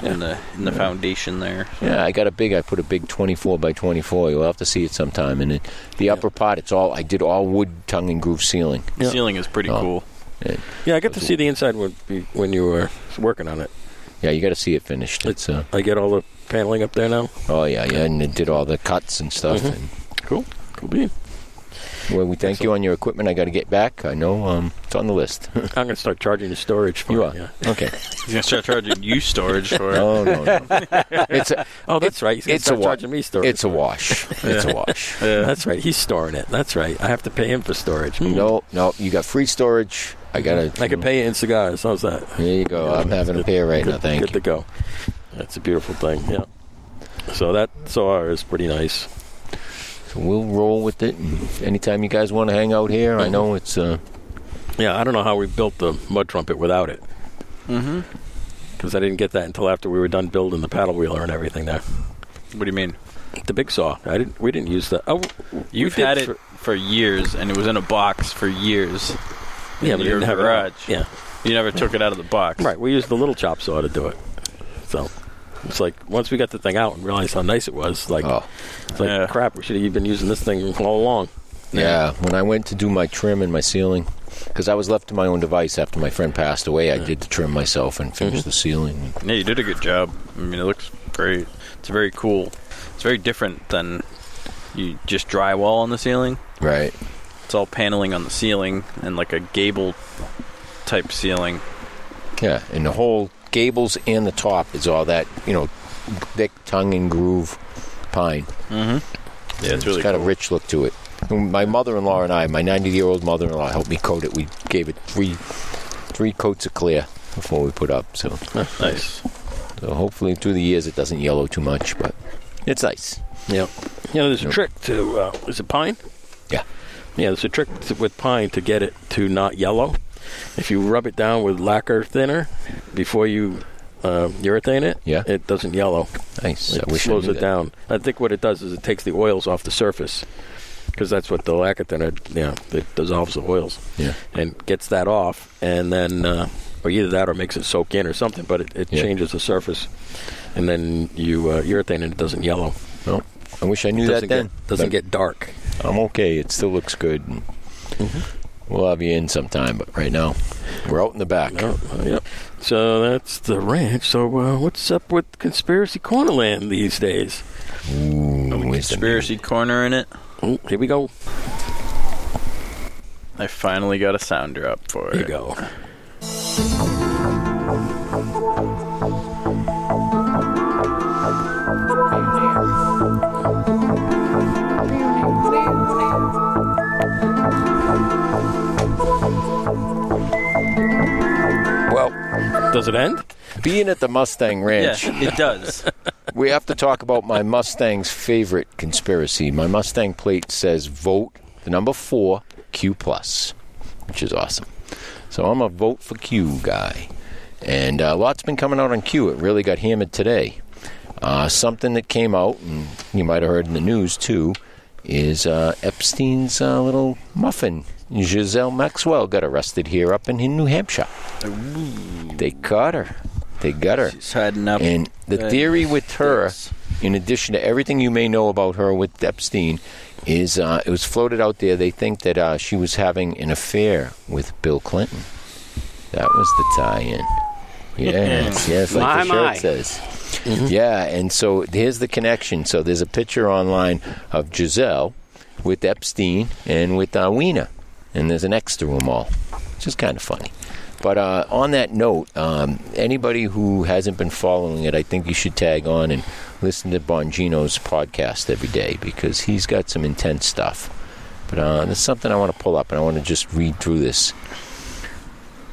[SPEAKER 5] In the in the foundation there.
[SPEAKER 6] yeah, I got a big. I put a big twenty-four by twenty-four. You'll have to see it sometime. And it, the upper part, it's all. I did all wood tongue and groove ceiling.
[SPEAKER 5] The
[SPEAKER 1] Yeah.
[SPEAKER 5] ceiling is pretty
[SPEAKER 6] Oh.
[SPEAKER 5] cool.
[SPEAKER 1] Yeah, I got to see the inside when when you were working on it.
[SPEAKER 6] Yeah, you got to see it finished. It's uh,
[SPEAKER 1] I get all the paneling up there now.
[SPEAKER 6] oh yeah, yeah, and it did all the cuts and stuff.
[SPEAKER 1] Mhm.
[SPEAKER 6] And
[SPEAKER 1] Cool. Cool bean.
[SPEAKER 6] Well, we thank you on your equipment. I got to get back. I know um, it's on the list.
[SPEAKER 1] I'm going to start charging the storage for
[SPEAKER 6] you
[SPEAKER 1] it.
[SPEAKER 6] are
[SPEAKER 1] Yeah.
[SPEAKER 6] okay.
[SPEAKER 5] He's going to start charging you storage for it.
[SPEAKER 6] No, no, no. It's a,
[SPEAKER 1] Oh, that's right. He's going to
[SPEAKER 6] it's a
[SPEAKER 1] start
[SPEAKER 6] wa-
[SPEAKER 1] charging me storage.
[SPEAKER 6] it's a wash. It's a wash.
[SPEAKER 5] Yeah.
[SPEAKER 1] that's right. He's storing it. That's right. I have to pay him for storage. Hmm.
[SPEAKER 6] No, no, you got free storage. I got to.
[SPEAKER 1] I can pay you in cigars. How's that?
[SPEAKER 6] There you go. I'm having a pair right now.
[SPEAKER 1] Good
[SPEAKER 6] Thank
[SPEAKER 1] to
[SPEAKER 6] you.
[SPEAKER 1] go. That's a beautiful thing. Yeah. So that SAR is pretty nice.
[SPEAKER 6] So we'll roll with it. And anytime you guys want to hang out here, I know it's. Uh,
[SPEAKER 1] Yeah, I don't know how we built the mud trumpet without it
[SPEAKER 5] Mm-hmm.
[SPEAKER 1] because I didn't get that until after we were done building the paddle wheeler and everything there.
[SPEAKER 5] What do you mean?
[SPEAKER 1] The big saw. I didn't. We didn't use that. Oh, you
[SPEAKER 5] You've had it for, years, and it was in a box for years.
[SPEAKER 1] Yeah,
[SPEAKER 5] in
[SPEAKER 1] but it
[SPEAKER 5] your
[SPEAKER 1] didn't have it.
[SPEAKER 5] garage.
[SPEAKER 1] Yeah.
[SPEAKER 5] You never took it out of the box.
[SPEAKER 1] Right, we used the little chop saw to do it. So it's like once we got the thing out and realized how nice it was, like
[SPEAKER 6] oh,
[SPEAKER 1] it's like
[SPEAKER 5] Yeah.
[SPEAKER 1] crap, we should have been using this thing all along.
[SPEAKER 6] yeah. When I went to do my trim and my ceiling, because I was left to my own device after my friend passed away, I did the trim myself and finished the ceiling.
[SPEAKER 5] Yeah, you did a good job. I mean, it looks great. It's very cool. It's very different than you just drywall on the ceiling.
[SPEAKER 6] Right.
[SPEAKER 5] It's all paneling on the ceiling and like a gable type ceiling.
[SPEAKER 6] Yeah, and the whole gables and the top is all that you know, thick tongue and groove pine.
[SPEAKER 5] Yeah, it's really
[SPEAKER 6] got
[SPEAKER 5] cool.
[SPEAKER 6] a rich look to it. And my mother-in-law and I, my 90-year-old mother-in-law, helped me coat it. We gave it three three coats of clear before we put up. So,
[SPEAKER 5] nice.
[SPEAKER 6] so hopefully through the years it doesn't yellow too much, but it's nice.
[SPEAKER 1] Yeah. You know, there's a
[SPEAKER 6] Yep.
[SPEAKER 1] trick to uh, is it pine?
[SPEAKER 6] Yeah.
[SPEAKER 1] Yeah, there's a trick to, with pine to get it to not yellow. If you rub it down with lacquer thinner before you uh, urethane it,
[SPEAKER 6] Yeah.
[SPEAKER 1] it doesn't yellow.
[SPEAKER 6] Nice.
[SPEAKER 1] It
[SPEAKER 6] I wish I
[SPEAKER 1] slows
[SPEAKER 6] knew
[SPEAKER 1] it
[SPEAKER 6] that.
[SPEAKER 1] down. I think what it does is it takes the oils off the surface because that's what the lacquer thinner, yeah, it dissolves the oils.
[SPEAKER 6] Yeah.
[SPEAKER 1] and gets that off, and then uh, or either that or makes it soak in or something, but it, it
[SPEAKER 6] Yeah.
[SPEAKER 1] changes the surface, and then you uh, urethane and it doesn't yellow.
[SPEAKER 6] Well, I wish I knew that
[SPEAKER 1] doesn't
[SPEAKER 6] then.
[SPEAKER 1] get, doesn't
[SPEAKER 6] but
[SPEAKER 1] get dark.
[SPEAKER 6] I'm okay. It still looks good. and We'll have you in sometime, but right now we're out in the back.
[SPEAKER 1] No, uh, yep. So that's the ranch. So uh, what's up with conspiracy cornerland these days?
[SPEAKER 6] Ooh, where's the-
[SPEAKER 5] Conspiracy corner in it.
[SPEAKER 1] Oh, here we go.
[SPEAKER 5] I finally got a sound drop for it.
[SPEAKER 1] Here you go.
[SPEAKER 6] Well,
[SPEAKER 1] Does it end?
[SPEAKER 6] Being at the Mustang
[SPEAKER 5] Yeah,
[SPEAKER 6] Ranch,
[SPEAKER 5] it does.
[SPEAKER 6] we have to talk about my Mustang's favorite conspiracy. My Mustang plate says vote the number four Q plus, which is awesome. So I'm a vote for Q guy, and uh, a lot's been coming out on Q. It really got hammered today. Uh, something that came out, and you might have heard in the news too, is uh, Epstein's uh, little muffin Giselle Maxwell got arrested here up in New Hampshire. They caught her. They got her.
[SPEAKER 5] She's heading up.
[SPEAKER 6] And the theory with her,
[SPEAKER 5] Yes.
[SPEAKER 6] in addition to everything you may know about her with Epstein, is uh, it was floated out there. They think that uh, she was having an affair with Bill Clinton. That was the tie-in. Yes, yes,
[SPEAKER 2] My,
[SPEAKER 6] like the shirt
[SPEAKER 2] my. Mm-hmm.
[SPEAKER 6] says. Yeah, and so here's the connection. So there's a picture online of Giselle with Epstein and with uh, Weena, and there's an X to them all, which is kind of funny. But uh, on that note, um, anybody who hasn't been following it, I think you should tag on and listen to Bongino's podcast every day because he's got some intense stuff. But uh, there's something I want to pull up, and I want to just read through this.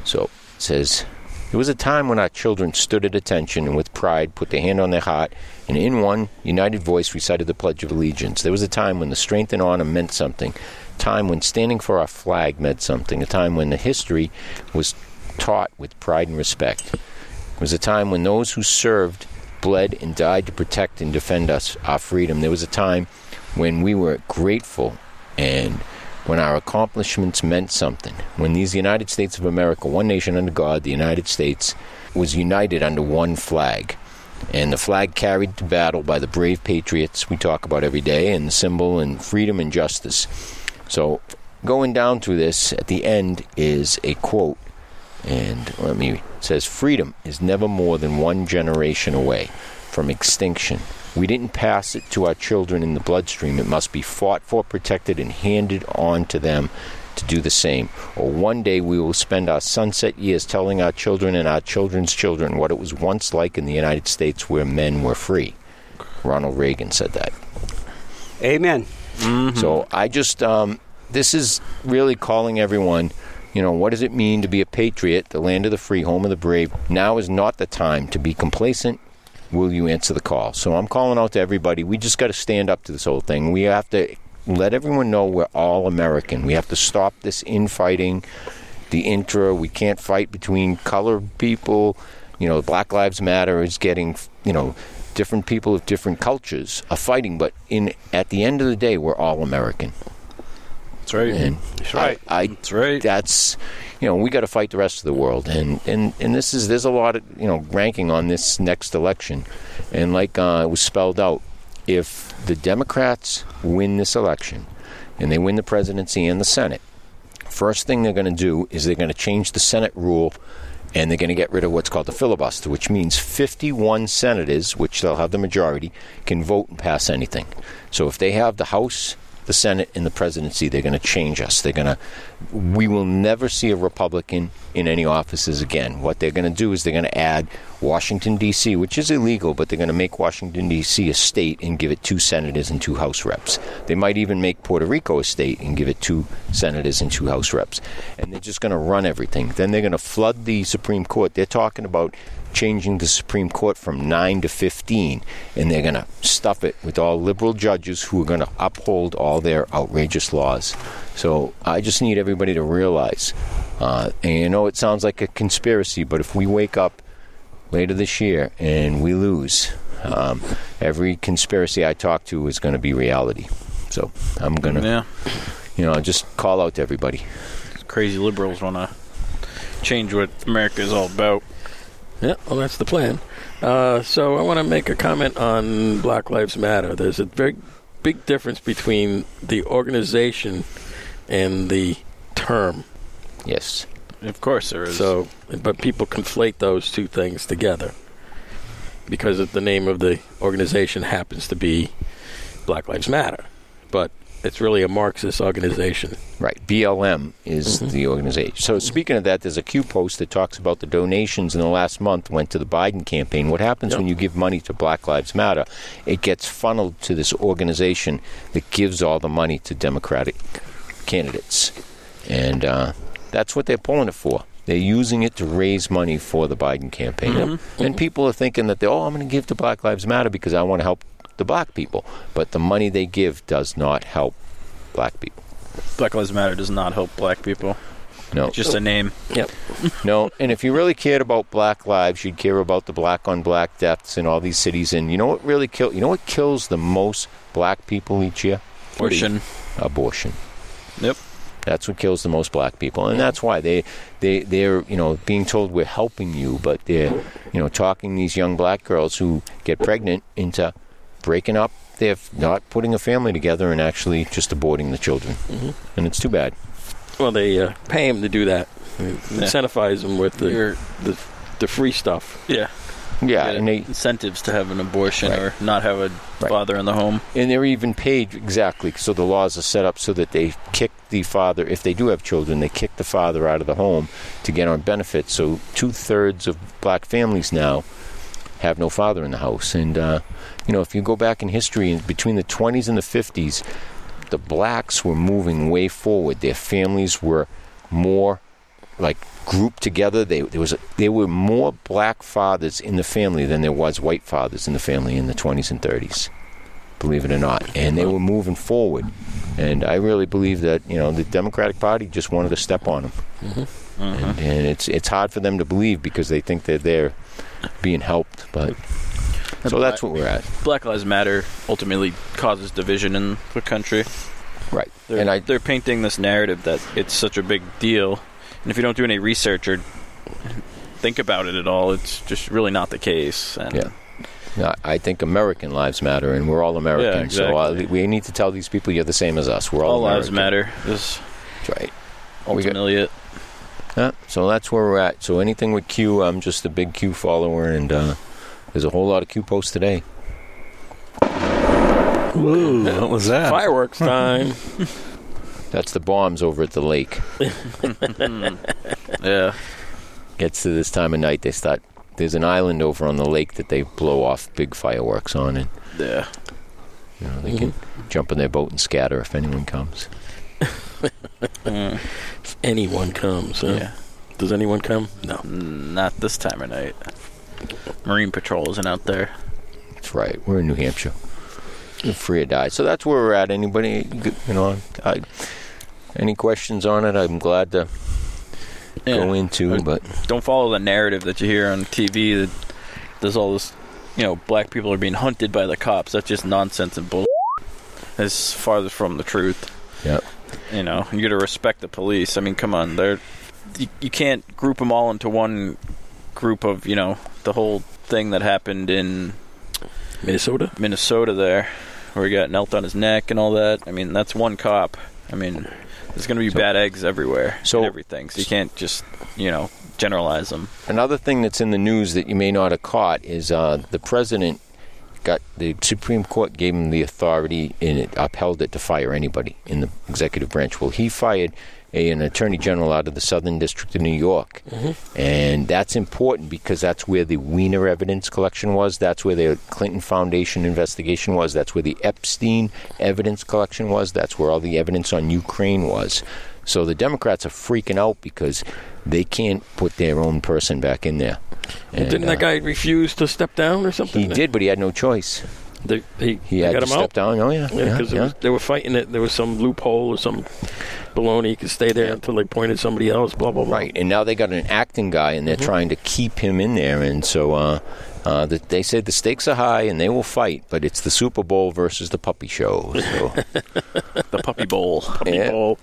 [SPEAKER 6] So it says, There was a time when our children stood at attention and with pride put their hand on their heart and in one united voice recited the Pledge of Allegiance. There was a time when the strength and honor meant something, a time when standing for our flag meant something, a time when the history was taught with pride and respect. It was a time when those who served bled and died to protect and defend us our freedom. There was a time when we were grateful and when our accomplishments meant something. When these United States of America, one nation under God, the United States was united under one flag. And the flag carried to battle by the brave patriots we talk about every day, and the symbol and freedom and justice. So, going down through this, at the end is a quote and let me it says freedom is never more than one generation away from extinction. We didn't pass it to our children in the bloodstream. It must be fought for, protected, and handed on to them to do the same. Or one day we will spend our sunset years telling our children and our children's children what it was once like in the United States where men were free. Ronald Reagan said that.
[SPEAKER 2] Amen.
[SPEAKER 6] So I just, um, this is really calling everyone. You know, what does it mean to be a patriot, the land of the free, home of the brave? Now is not the time to be complacent. Will you answer the call? So I'm calling out to everybody. We just got to stand up to this whole thing. We have to let everyone know we're all American. We have to stop this infighting, the intra. We can't fight between color people. You know, Black Lives Matter is getting, you know, different people of different cultures are fighting, but in at the end of the day, we're all American.
[SPEAKER 5] That's right.
[SPEAKER 6] And
[SPEAKER 2] That's right.
[SPEAKER 6] I, I
[SPEAKER 5] That's right.
[SPEAKER 6] that's you know we got to fight the rest of the world and and and this is there's a lot of you know ranking on this next election and like uh, it was spelled out if the democrats win this election and they win the presidency and the senate first thing they're going to do is they're going to change the senate rule and they're going to get rid of what's called the filibuster which means 51 senators which they'll have the majority can vote and pass anything so if they have the house the Senate and the presidency, they're going to change us. They're going to, we will never see a Republican in any offices again. What they're going to do is they're going to add Washington, D.C., which is illegal, but they're going to make Washington, D.C. a state and give it two senators and two House reps. They might even make Puerto Rico a state and give it two senators and two House reps. And they're just going to run everything. Then they're going to flood the Supreme Court. They're talking about changing the Supreme Court from 9 to 15, and they're going to stuff it with all liberal judges who are going to uphold all their outrageous laws. So I just need everybody to realize, uh, and you know it sounds like a conspiracy, but if we wake up later this year and we lose, um, every conspiracy I talk to is going to be reality. So I'm going to,
[SPEAKER 5] Yeah.
[SPEAKER 6] you know, just call out to everybody.
[SPEAKER 5] Crazy liberals want to change what America is all about.
[SPEAKER 1] Yeah, well, that's the plan. Uh, so I want to make a comment on Black Lives Matter. There's a very big difference between the organization and the term.
[SPEAKER 6] Yes.
[SPEAKER 5] Of course there is.
[SPEAKER 1] So, but people conflate those two things together because of the name of the organization happens to be Black Lives Matter, but it's really a Marxist organization.
[SPEAKER 6] Right. BLM is the organization. So, speaking of that, there's a Q post that talks about the donations in the last month went to the Biden campaign. What happens
[SPEAKER 1] Yep.
[SPEAKER 6] when you give money to Black Lives Matter? It gets funneled to this organization that gives all the money to Democratic candidates. And uh, that's what they're pulling it for. They're using it to raise money for the Biden campaign. And people are thinking that, they, oh, I'm going to give to Black Lives Matter because I want to help the black people. But the money they give does not help black people.
[SPEAKER 5] Black Lives Matter does not help black people.
[SPEAKER 6] No.
[SPEAKER 5] It's just a name.
[SPEAKER 1] Yep.
[SPEAKER 6] No, and if you really cared about black lives, you'd care about the black on black deaths in all these cities. And you know what really kill? You know what kills the most black people each year?
[SPEAKER 5] Abortion.
[SPEAKER 6] Abortion.
[SPEAKER 5] Yep.
[SPEAKER 6] That's what kills the most black people, and that's why they they they're you know being told we're helping you, but they're you know talking these young black girls who get pregnant into breaking up. They're not putting a family together and actually just aborting the children,
[SPEAKER 5] Mm-hmm.
[SPEAKER 6] and it's too bad.
[SPEAKER 1] Well, they uh, pay him to do that. Incentivize him with the, the the free stuff.
[SPEAKER 5] Yeah.
[SPEAKER 6] Yeah,
[SPEAKER 5] Yeah,
[SPEAKER 6] and they
[SPEAKER 5] incentives to have an abortion
[SPEAKER 6] Right.
[SPEAKER 5] or not have a
[SPEAKER 6] Right.
[SPEAKER 5] father in the home.
[SPEAKER 6] and they're even paid exactly so the laws are set up so that they kick the father if they do have children they kick the father out of the home to get on benefits so two-thirds of black families now have no father in the house and uh, you know if you go back in history in between the 20s and the 50s the blacks were moving way forward their families were more like grouped together they there was a, there were more black fathers in the family than there was white fathers in the family in the 20s and 30s believe it or not. And they were moving forward. And I really believe that, you know, the Democratic Party just wanted to step on them.
[SPEAKER 5] Mm-hmm.
[SPEAKER 6] And, and it's it's hard for them to believe because they think they're there being helped. But so that's what we're at.
[SPEAKER 5] Black Lives Matter ultimately causes division in the country.
[SPEAKER 6] Right.
[SPEAKER 5] They're,
[SPEAKER 6] and I
[SPEAKER 5] they're painting this narrative that it's such a big deal, and if you don't do any research or think about it at all, it's just really not the case. And
[SPEAKER 6] Yeah. I- I think American lives matter and we're all American. So uh,
[SPEAKER 5] exactly.
[SPEAKER 6] we need to tell these people you're the same as us. We're all,
[SPEAKER 5] all lives
[SPEAKER 6] American.
[SPEAKER 5] matter is
[SPEAKER 6] That's right. We got-
[SPEAKER 5] ultimately it.
[SPEAKER 6] Yeah, so that's where we're at. So anything with Q, I'm just a big Q follower, and uh, there's a whole lot of Q posts today.
[SPEAKER 4] Ooh, what was that?
[SPEAKER 1] Fireworks time.
[SPEAKER 6] That's the bombs over at the lake.
[SPEAKER 5] Yeah.
[SPEAKER 6] gets to this time of night, they start. There's an island over on the lake that they blow off big fireworks on, and
[SPEAKER 5] Yeah.
[SPEAKER 6] you know they
[SPEAKER 1] Mhm.
[SPEAKER 6] can jump in their boat and scatter if anyone comes.
[SPEAKER 5] Mm.
[SPEAKER 1] If anyone comes. Huh?
[SPEAKER 5] Yeah.
[SPEAKER 1] Does anyone come? No.
[SPEAKER 5] Not this time of night. Marine Patrol isn't out there.
[SPEAKER 6] That's right. We're in New Hampshire. We're free or die. So that's where we're at. Anybody, you know, I, any questions on it? I'm glad to go into,
[SPEAKER 5] Okay.
[SPEAKER 6] but
[SPEAKER 5] don't follow the narrative that you hear on TV that there's all this, you know, black people are being hunted by the cops. That's just nonsense and bull. It's farthest from the truth.
[SPEAKER 6] Yep.
[SPEAKER 5] You know, you got to respect the police. I mean, come on, they're you, you can't group them all into one group of you know the whole thing that happened in
[SPEAKER 1] Minnesota?
[SPEAKER 5] Minnesota there, where he got knelt on his neck and all that. I mean, that's one cop. I mean, there's going to be bad eggs everywhere.
[SPEAKER 6] So-
[SPEAKER 5] and everything. So you can't just you know generalize them.
[SPEAKER 6] Another thing that's in the news that you may not have caught is uh, the president got the Supreme Court gave him the authority and it upheld it to fire anybody in the executive branch. Well, he fired a, an attorney general out of the Southern District of New York,
[SPEAKER 1] Mm-hmm.
[SPEAKER 6] and that's important because that's where the Wiener evidence collection was. That's where the Clinton Foundation investigation was. That's where the Epstein evidence collection was. That's where all the evidence on Ukraine was. So the Democrats are freaking out because they can't put their own person back in there. And,
[SPEAKER 1] Didn't that
[SPEAKER 6] uh,
[SPEAKER 1] guy refuse to step down or something?
[SPEAKER 6] He did, but he had no choice.
[SPEAKER 1] They, they,
[SPEAKER 6] He
[SPEAKER 1] they
[SPEAKER 6] had
[SPEAKER 1] got
[SPEAKER 6] to
[SPEAKER 1] him
[SPEAKER 6] step
[SPEAKER 1] out.
[SPEAKER 6] down. Oh yeah,
[SPEAKER 1] Yeah,
[SPEAKER 6] yeah,
[SPEAKER 1] because
[SPEAKER 6] yeah.
[SPEAKER 1] they were fighting it. There was some loophole or some baloney. He could stay there until they pointed somebody else. Blah blah blah.
[SPEAKER 6] right. And now they got an acting guy, and they're
[SPEAKER 1] Mm-hmm.
[SPEAKER 6] trying to keep him in there. And so uh, uh, the, they said the stakes are high, and they will fight. But it's the Super Bowl versus the puppy show. So,
[SPEAKER 5] The puppy bowl.
[SPEAKER 6] yeah.
[SPEAKER 1] Ball.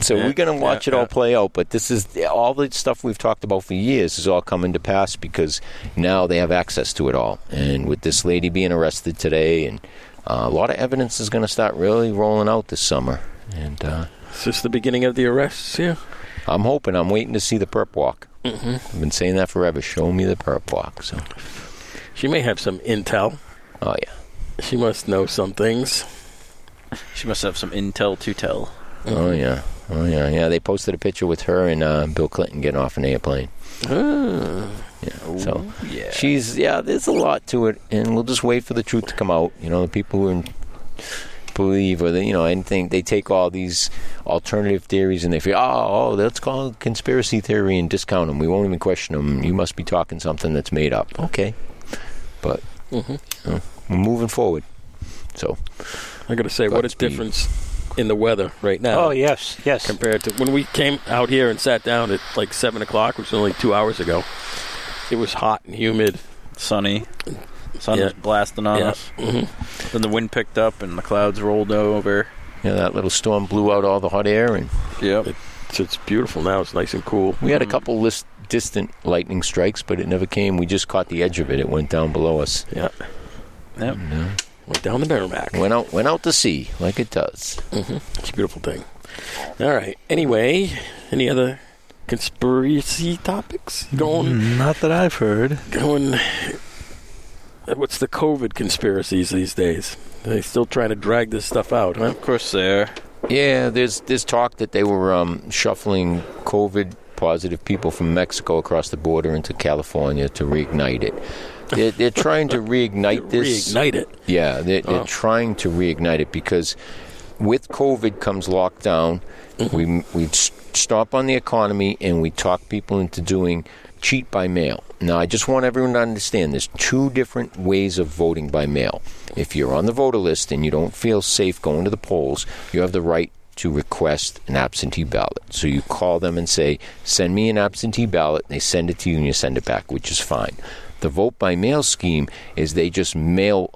[SPEAKER 6] so we're going to watch
[SPEAKER 5] yeah,
[SPEAKER 6] it all
[SPEAKER 5] yeah.
[SPEAKER 6] play out. But this is all the stuff we've talked about for years is all coming to pass because now they have access to it all. And with this lady being arrested today, and uh, a lot of evidence is going to start really rolling out this summer. And uh,
[SPEAKER 1] Is this the beginning of the arrests here?
[SPEAKER 6] I'm hoping. I'm waiting to see the perp walk.
[SPEAKER 1] Mm-hmm.
[SPEAKER 6] I've been saying that forever. Show me the perp walk. So,
[SPEAKER 1] She may have some intel.
[SPEAKER 6] oh yeah,
[SPEAKER 1] She must know some things.
[SPEAKER 5] She must have some intel to tell.
[SPEAKER 6] oh yeah, oh yeah, yeah. They posted a picture with her and uh, Bill Clinton getting off an airplane. Ah. Yeah. So
[SPEAKER 5] Yeah.
[SPEAKER 6] she's yeah. There's a lot to it, and we'll just wait for the truth to come out. You know, the people who are in, believe or they, you know anything they take all these alternative theories and they feel oh, oh let's call it conspiracy theory and discount them. We won't even question them. You must be talking something that's made up. Okay, but
[SPEAKER 1] Mm-hmm.
[SPEAKER 6] you know, we're moving forward. So
[SPEAKER 1] I got to say, what a
[SPEAKER 6] Godspeed.
[SPEAKER 1] difference in the weather right now.
[SPEAKER 2] Oh yes, yes.
[SPEAKER 1] compared to when we came out here and sat down at like seven o'clock, which was only two hours ago. It was hot and humid.
[SPEAKER 5] Sunny. Sun
[SPEAKER 1] Yeah.
[SPEAKER 5] was blasting on
[SPEAKER 1] Yeah.
[SPEAKER 5] us. Then the wind picked up and the clouds rolled over.
[SPEAKER 6] You know, that little storm blew out all the hot air, and
[SPEAKER 5] Yep.
[SPEAKER 1] It's, it's beautiful now. It's nice and cool.
[SPEAKER 6] we had a couple list, distant lightning strikes, but it never came. We just caught the edge of it. It went down below us. uh,
[SPEAKER 1] Yeah.
[SPEAKER 5] Yep.
[SPEAKER 1] Went down the Merrimack. Mm-hmm.
[SPEAKER 6] Went out, went out to sea, like it does.
[SPEAKER 1] It's a beautiful thing. All right. Anyway, any other conspiracy topics going?
[SPEAKER 4] Not that I've heard.
[SPEAKER 1] Going. uh, What's the COVID conspiracies these days? They still trying to drag this stuff out, huh?
[SPEAKER 5] Of course they are.
[SPEAKER 6] Yeah, there's there's talk that they were um, shuffling COVID positive people from Mexico across the border into California to reignite it. They're, they're trying to reignite this.
[SPEAKER 1] Reignite it.
[SPEAKER 6] Yeah, they're,
[SPEAKER 1] Oh.
[SPEAKER 6] they're trying to reignite it because with COVID comes lockdown. We we s- stomp on the economy and we talk people into doing cheat by mail. Now, I just want everyone to understand there's two different ways of voting by mail. If you're on the voter list and you don't feel safe going to the polls, you have the right to request an absentee ballot. So you call them and say, send me an absentee ballot. They send it to you and you send it back, which is fine. The vote by mail scheme is they just mail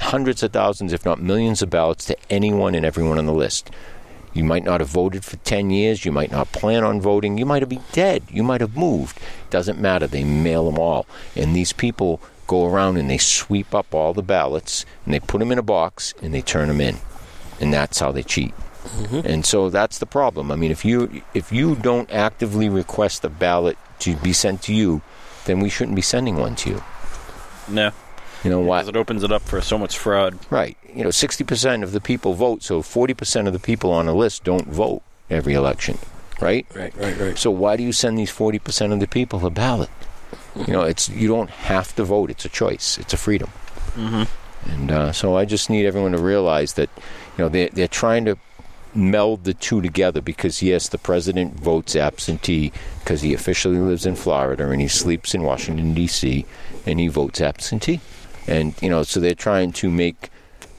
[SPEAKER 6] hundreds of thousands, if not millions, of ballots to anyone and everyone on the list. You might not have voted for 10 years. You might not plan on voting. You might have been dead. You might have moved. Doesn't matter. They mail them all. And these people go around and they sweep up all the ballots and they put them in a box and they turn them in. And that's how they cheat. And so that's the problem. I mean, if you if you don't actively request a ballot to be sent to you, then we shouldn't be sending one to you.
[SPEAKER 5] No.
[SPEAKER 6] You know why?
[SPEAKER 5] Because it opens it up for so much fraud.
[SPEAKER 6] Right. You know, 60% of the people vote, so 40% of the people on a list don't vote every election, right?
[SPEAKER 1] Right, right, right.
[SPEAKER 6] So why do you send these 40% of the people a ballot? You know, it's you don't have to vote. It's a choice. It's a freedom.
[SPEAKER 1] Mm-hmm.
[SPEAKER 6] And uh, so I just need everyone to realize that, you know, they're, they're trying to meld the two together because, yes, the president votes absentee because he officially lives in Florida and he sleeps in Washington, D.C., and he votes absentee. And, you know, so they're trying to make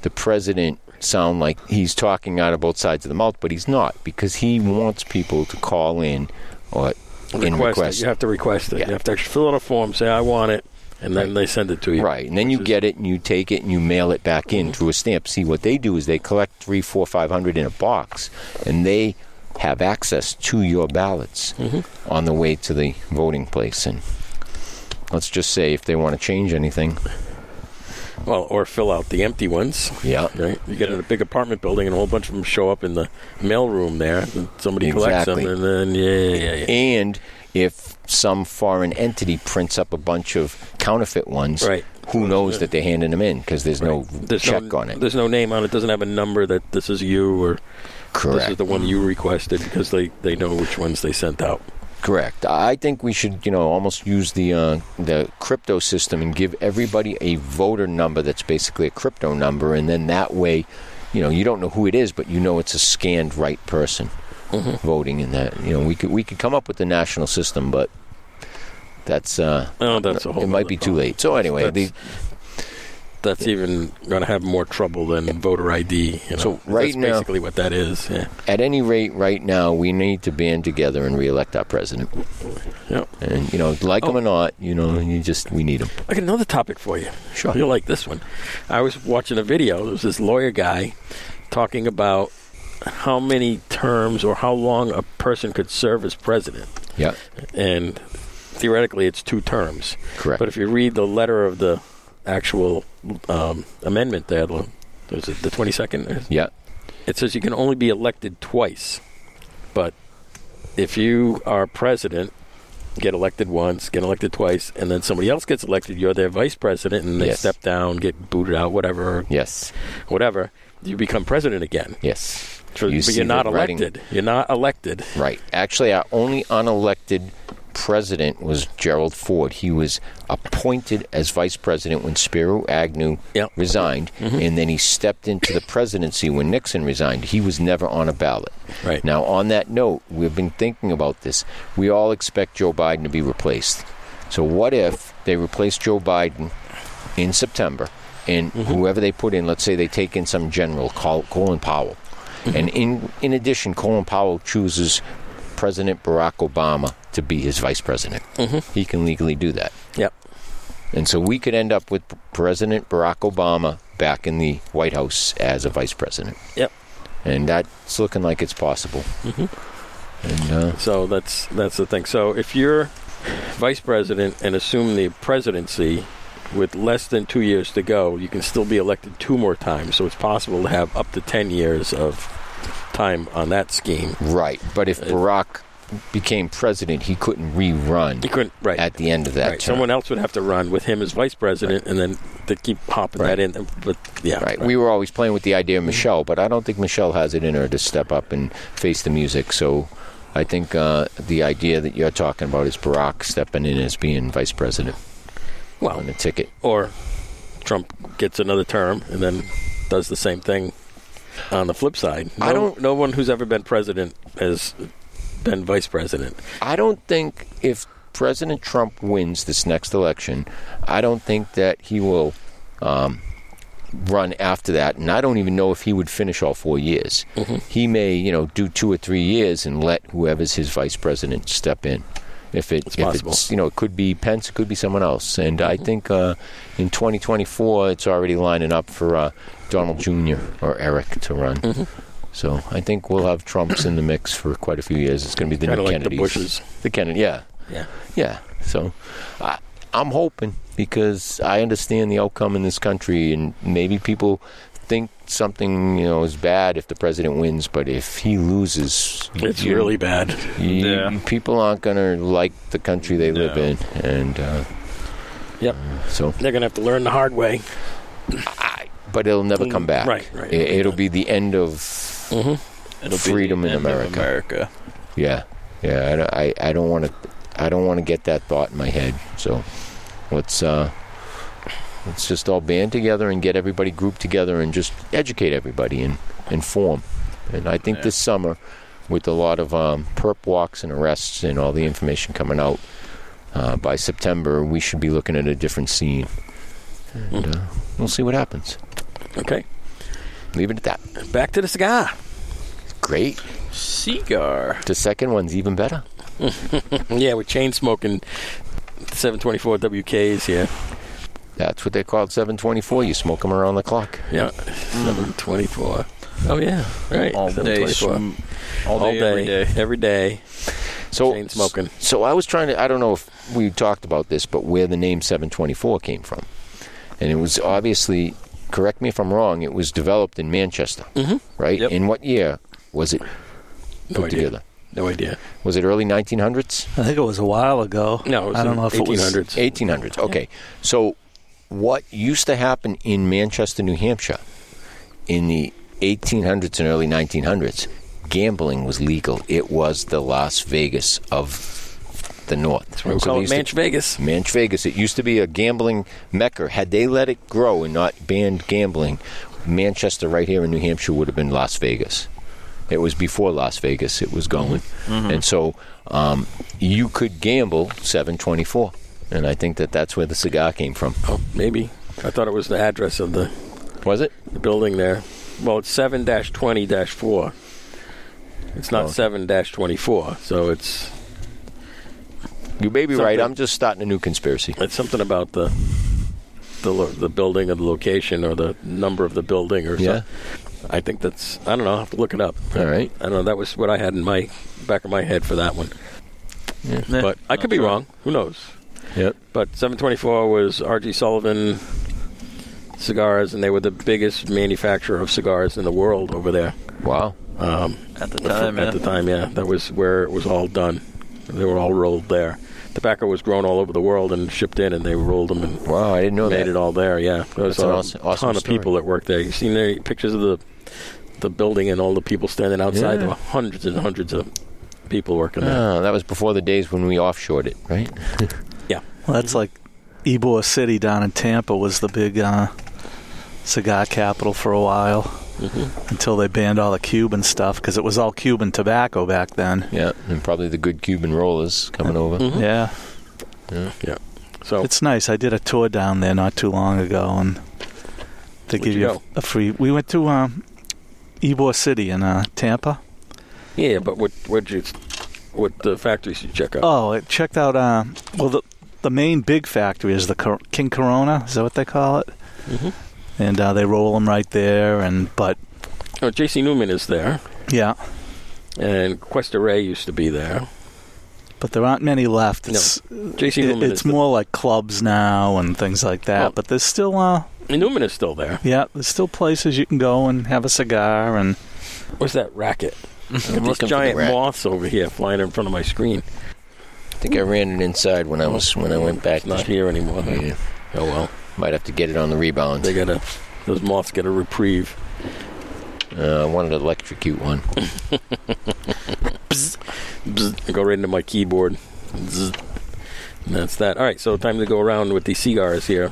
[SPEAKER 6] the president sound like he's talking out of both sides of the mouth, but he's not because he wants people to call in or in
[SPEAKER 1] Request it.
[SPEAKER 6] request.
[SPEAKER 1] You have to request it.
[SPEAKER 6] Yeah.
[SPEAKER 1] You have to actually fill out a form, say I want it, and then they send it to you.
[SPEAKER 6] Right, and then you get it and you take it and you mail it back in through a stamp. See, what they do is they collect three, four, five hundred in a box, and they have access to your ballots
[SPEAKER 1] Mm-hmm.
[SPEAKER 6] on the way to the voting place. And let's just say, if they want to change anything,
[SPEAKER 1] Well, or fill out the empty ones.
[SPEAKER 6] yeah,
[SPEAKER 1] Right. You get in a big apartment building, and a whole bunch of them show up in the mail room there. And somebody
[SPEAKER 6] Exactly.
[SPEAKER 1] collects them, and then yeah, yeah, yeah.
[SPEAKER 6] and if some foreign entity prints up a bunch of counterfeit ones,
[SPEAKER 1] Right.
[SPEAKER 6] who knows that they're handing them in because there's no
[SPEAKER 1] There's
[SPEAKER 6] check
[SPEAKER 1] no,
[SPEAKER 6] on it.
[SPEAKER 1] There's no name on it. Doesn't have a number that this is you or this is
[SPEAKER 6] Correct.
[SPEAKER 1] the one you requested because they they know which ones they sent out.
[SPEAKER 6] Correct. I think we should, you know, almost use the uh, the crypto system and give everybody a voter number that's basically a crypto number, and then that way, you know, you don't know who it is, but you know it's a scanned right person
[SPEAKER 1] Mm-hmm.
[SPEAKER 6] voting in that. You know, we could we could come up with the national system, but that's uh,
[SPEAKER 1] Oh, that's a whole.
[SPEAKER 6] it might
[SPEAKER 1] other
[SPEAKER 6] be too
[SPEAKER 1] problem.
[SPEAKER 6] late. So anyway, the,
[SPEAKER 1] That's- That's even going to have more trouble than voter ID. You know?
[SPEAKER 6] So right
[SPEAKER 1] that's
[SPEAKER 6] now-
[SPEAKER 1] basically what that is. Yeah.
[SPEAKER 6] at any rate, right now we need to band together and reelect our president.
[SPEAKER 1] Yep. Oh.
[SPEAKER 6] And you know, like him or not, you know, you just we need him.
[SPEAKER 1] I got another topic for you.
[SPEAKER 6] Sure.
[SPEAKER 1] You'll like this one. I was watching a video. There was this lawyer guy talking about how many terms or how long a person could serve as president.
[SPEAKER 6] Yeah.
[SPEAKER 1] And theoretically, it's two terms.
[SPEAKER 6] Correct.
[SPEAKER 1] But if you read the letter of the actual um, amendment there, the, was it the 22nd?
[SPEAKER 6] Yeah.
[SPEAKER 1] It says you can only be elected twice. But if you are president, get elected once, get elected twice, and then somebody else gets elected, you're their vice president, and they
[SPEAKER 6] Yes.
[SPEAKER 1] step down, get booted out, whatever,
[SPEAKER 6] Yes.
[SPEAKER 1] whatever. You become president again.
[SPEAKER 6] Yes.
[SPEAKER 1] So-
[SPEAKER 6] You
[SPEAKER 1] but
[SPEAKER 6] see
[SPEAKER 1] you're not
[SPEAKER 6] the writing.
[SPEAKER 1] elected. You're not elected.
[SPEAKER 6] Right. Actually, our only unelected president was Gerald Ford. He was appointed as vice president when Spiro Agnew
[SPEAKER 1] Yep.
[SPEAKER 6] resigned, and then he stepped into the presidency when Nixon resigned. He was never on a ballot.
[SPEAKER 1] Right.
[SPEAKER 6] Now, on that note, we've been thinking about this. We all expect Joe Biden to be replaced. So, what if they replace Joe Biden in September, and
[SPEAKER 1] Mm-hmm.
[SPEAKER 6] whoever they put in, let's say they take in some general, Col- Colin Powell,
[SPEAKER 1] Mm-hmm.
[SPEAKER 6] and in in addition, Colin Powell chooses President Barack Obama to be his vice president. He can legally do that,
[SPEAKER 1] Mm-hmm. Yep.
[SPEAKER 6] and so we could end up with President Barack Obama back in the White House as a vice president.
[SPEAKER 1] Yep.
[SPEAKER 6] and that's looking like it's possible.
[SPEAKER 1] Mm-hmm.
[SPEAKER 6] And uh,
[SPEAKER 1] So that's that's the thing. So if you're vice president and assume the presidency with less than two years to go, you can still be elected two more times. So it's possible to have up to ten years of time on that scheme.
[SPEAKER 6] right, but
[SPEAKER 1] Uh,
[SPEAKER 6] if Barack became president, he couldn't rerun
[SPEAKER 1] You couldn't right.
[SPEAKER 6] at the end of that
[SPEAKER 1] Right.
[SPEAKER 6] term.
[SPEAKER 1] Someone else would have to run with him as vice president, and then they keep popping
[SPEAKER 6] Right.
[SPEAKER 1] that in. But yeah, Mm-hmm.
[SPEAKER 6] Right. We were always playing with the idea of Michelle, but I don't think Michelle has it in her to step up and face the music. So I think uh, the idea that you're talking about is Barack stepping in as being vice president
[SPEAKER 1] Well,
[SPEAKER 6] on the ticket.
[SPEAKER 1] or Trump gets another term and then does the same thing on the flip side. No,
[SPEAKER 6] I don't-
[SPEAKER 1] No one who's ever been president has been vice president.
[SPEAKER 6] I don't think if President Trump wins this next election, I don't think that he will um, run after that, and I don't even know if he would finish all four years.
[SPEAKER 1] Mm-hmm.
[SPEAKER 6] He may, you know, do two or three years and let whoever's his vice president step in. If it,
[SPEAKER 1] It's
[SPEAKER 6] if
[SPEAKER 1] possible. Mm-hmm.
[SPEAKER 6] it's, you know, it could be Pence, it could be someone else, and I think uh, in 2024 it's already lining up for uh, Donald Jr. or Eric to run.
[SPEAKER 1] Mm-hmm.
[SPEAKER 6] So I think we'll have Trumps in the mix for quite a few years. It's going to be the
[SPEAKER 1] Kinda
[SPEAKER 6] new
[SPEAKER 1] like the
[SPEAKER 6] Kennedys.
[SPEAKER 1] Bushes.
[SPEAKER 6] The Kennedy, yeah,
[SPEAKER 1] Yeah.
[SPEAKER 6] yeah. So I, I'm hoping because I understand the outcome in this country, and maybe people think something you know is bad if the president wins, but if he loses,
[SPEAKER 1] It's
[SPEAKER 6] you-
[SPEAKER 1] really bad.
[SPEAKER 6] you-
[SPEAKER 5] Yeah.
[SPEAKER 6] people aren't gonna like the country they live
[SPEAKER 5] No.
[SPEAKER 6] in, and uh,
[SPEAKER 1] Yep.
[SPEAKER 6] so
[SPEAKER 1] They're going to have to learn the hard way.
[SPEAKER 6] I, but it'll never come back.
[SPEAKER 1] Mm, Right, right.
[SPEAKER 6] It, it'll be the end of
[SPEAKER 5] It'll
[SPEAKER 6] Freedom
[SPEAKER 5] be
[SPEAKER 6] in
[SPEAKER 5] the end of
[SPEAKER 6] America.
[SPEAKER 5] America.
[SPEAKER 6] yeah, yeah. I don't- I, I don't want to I don't want to get that thought in my head. So let's uh, let's just all band together and get everybody grouped together and just educate everybody and inform. And I think
[SPEAKER 5] Yeah.
[SPEAKER 6] this summer, with a lot of um, perp walks and arrests and all the information coming out, uh, by September we should be looking at a different scene. And uh, we'll see what happens.
[SPEAKER 1] Okay.
[SPEAKER 6] Leave it at that.
[SPEAKER 1] Back to the cigar.
[SPEAKER 6] Great.
[SPEAKER 5] Cigar.
[SPEAKER 6] The second one's even better.
[SPEAKER 1] Yeah, we're chain smoking 724 WKs here.
[SPEAKER 6] That's what they called 724. You smoke them around the clock.
[SPEAKER 1] Yeah. 724. Oh, yeah. Right.
[SPEAKER 5] All day.
[SPEAKER 1] 724.
[SPEAKER 5] Sm- all day. Every day.
[SPEAKER 1] Every day.
[SPEAKER 6] So
[SPEAKER 1] Chain smoking.
[SPEAKER 6] So I was trying to. I don't know if we talked about this, but where the name 724 came from, and it was obviously. Correct me if I'm wrong. It was developed in Manchester, mm-hmm. right?
[SPEAKER 1] Yep.
[SPEAKER 6] In what year was it
[SPEAKER 1] No
[SPEAKER 6] put
[SPEAKER 1] idea.
[SPEAKER 6] together?
[SPEAKER 1] No idea.
[SPEAKER 6] Was it early 1900s?
[SPEAKER 4] I think it was a while ago.
[SPEAKER 1] No, it was
[SPEAKER 4] I don't
[SPEAKER 1] in
[SPEAKER 4] know if it was
[SPEAKER 1] 1800s.
[SPEAKER 6] 1800s. Okay. So, what used to happen in Manchester, New Hampshire, in the 1800s and early 1900s, gambling was legal. It was the Las Vegas of the North. That's
[SPEAKER 1] We'll call it Manch Vegas.
[SPEAKER 6] Manch Vegas. It used to be a gambling mecca. Had they let it grow and not banned gambling, Manchester right here in New Hampshire would have been Las Vegas. It was before Las Vegas. It was going, and so um, you could gamble seven twenty four, and I think that that's where the cigar came from.
[SPEAKER 1] Oh, maybe. I thought it was the address of the,
[SPEAKER 6] Was it?
[SPEAKER 1] the building there. Well, it's 7 20 4. It's
[SPEAKER 6] Oh.
[SPEAKER 1] not 7 24. So it's
[SPEAKER 6] You may be right.
[SPEAKER 1] Something.
[SPEAKER 6] I'm just starting a new conspiracy.
[SPEAKER 1] it's something about the the, lo- the building or the location or the number of the building or
[SPEAKER 6] Yeah.
[SPEAKER 1] something. I think that's, I don't know. I'll have to look it up.
[SPEAKER 6] All right.
[SPEAKER 1] I don't know. That was what I had in my back of my head for that one.
[SPEAKER 5] Eh,
[SPEAKER 1] But I
[SPEAKER 5] not
[SPEAKER 1] could be
[SPEAKER 5] sure.
[SPEAKER 1] wrong. Who knows?
[SPEAKER 6] Yep.
[SPEAKER 1] But 724 was R.G. Sullivan cigars, and they were the biggest manufacturer of cigars in the world over there.
[SPEAKER 6] Wow.
[SPEAKER 1] Um,
[SPEAKER 5] At the
[SPEAKER 1] at
[SPEAKER 5] time, yeah.
[SPEAKER 1] the time, yeah, that was where it was all done. They were all rolled there. Tobacco was grown all over the world and shipped in, and they rolled them and
[SPEAKER 6] Wow. I didn't know
[SPEAKER 1] made
[SPEAKER 6] that.
[SPEAKER 1] it all there. Yeah, there was
[SPEAKER 6] That's an
[SPEAKER 1] a
[SPEAKER 6] awesome- awesome
[SPEAKER 1] ton of
[SPEAKER 6] story.
[SPEAKER 1] people that worked there. You seen the pictures of the the building and all the people standing outside?
[SPEAKER 6] Yeah.
[SPEAKER 1] There were hundreds and hundreds of people working there.
[SPEAKER 6] Ah, that was before the days when we offshored it, right?
[SPEAKER 4] Well, that's like Ybor City down in Tampa was the big uh, cigar capital for a while until they banned all the Cuban stuff because it was all Cuban tobacco back then.
[SPEAKER 6] Yeah, and probably the good Cuban rollers coming over.
[SPEAKER 4] Yeah, Mm-hmm.
[SPEAKER 1] So
[SPEAKER 4] it's nice. I did a tour down there not too long ago, and they
[SPEAKER 1] Where'd
[SPEAKER 4] give
[SPEAKER 1] you
[SPEAKER 4] you, a-
[SPEAKER 1] go?
[SPEAKER 4] a free. We went to um, Ybor City in uh, Tampa.
[SPEAKER 1] yeah, but what what you what the factories you check out?
[SPEAKER 4] Oh, it checked out. Uh, well, the the main big factory is the Cor- King Corona. Is that what they call it?
[SPEAKER 1] Mhm.
[SPEAKER 4] And uh, they roll them right there. And but
[SPEAKER 1] Oh, J.C. Newman is there,
[SPEAKER 4] Yeah,
[SPEAKER 1] and Questa Ray used to be there.
[SPEAKER 4] but there aren't many left.
[SPEAKER 1] No.
[SPEAKER 4] It's
[SPEAKER 1] J.C.
[SPEAKER 4] it-
[SPEAKER 1] Newman
[SPEAKER 4] it's
[SPEAKER 1] is
[SPEAKER 4] more like clubs now and things like that.
[SPEAKER 1] Well-
[SPEAKER 4] but there's still uh,
[SPEAKER 1] the, Newman is still there.
[SPEAKER 4] yeah, there's still places you can go and have a cigar and
[SPEAKER 1] What's that racket?
[SPEAKER 6] I'm
[SPEAKER 1] These
[SPEAKER 6] looking for the
[SPEAKER 1] giant
[SPEAKER 6] rack.
[SPEAKER 1] moths over here flying in front of my screen.
[SPEAKER 6] I think I ran it inside when I was when I went back.
[SPEAKER 1] It's not here anymore.
[SPEAKER 6] Yeah.
[SPEAKER 1] Oh well,
[SPEAKER 6] Might have to get it on the rebound.
[SPEAKER 1] they got a those moths get a reprieve.
[SPEAKER 6] Uh, I wanted an electrocute one.
[SPEAKER 1] Bzz, go right into my keyboard. Bzz. And that's that. All right, so time to go around with the cigars here.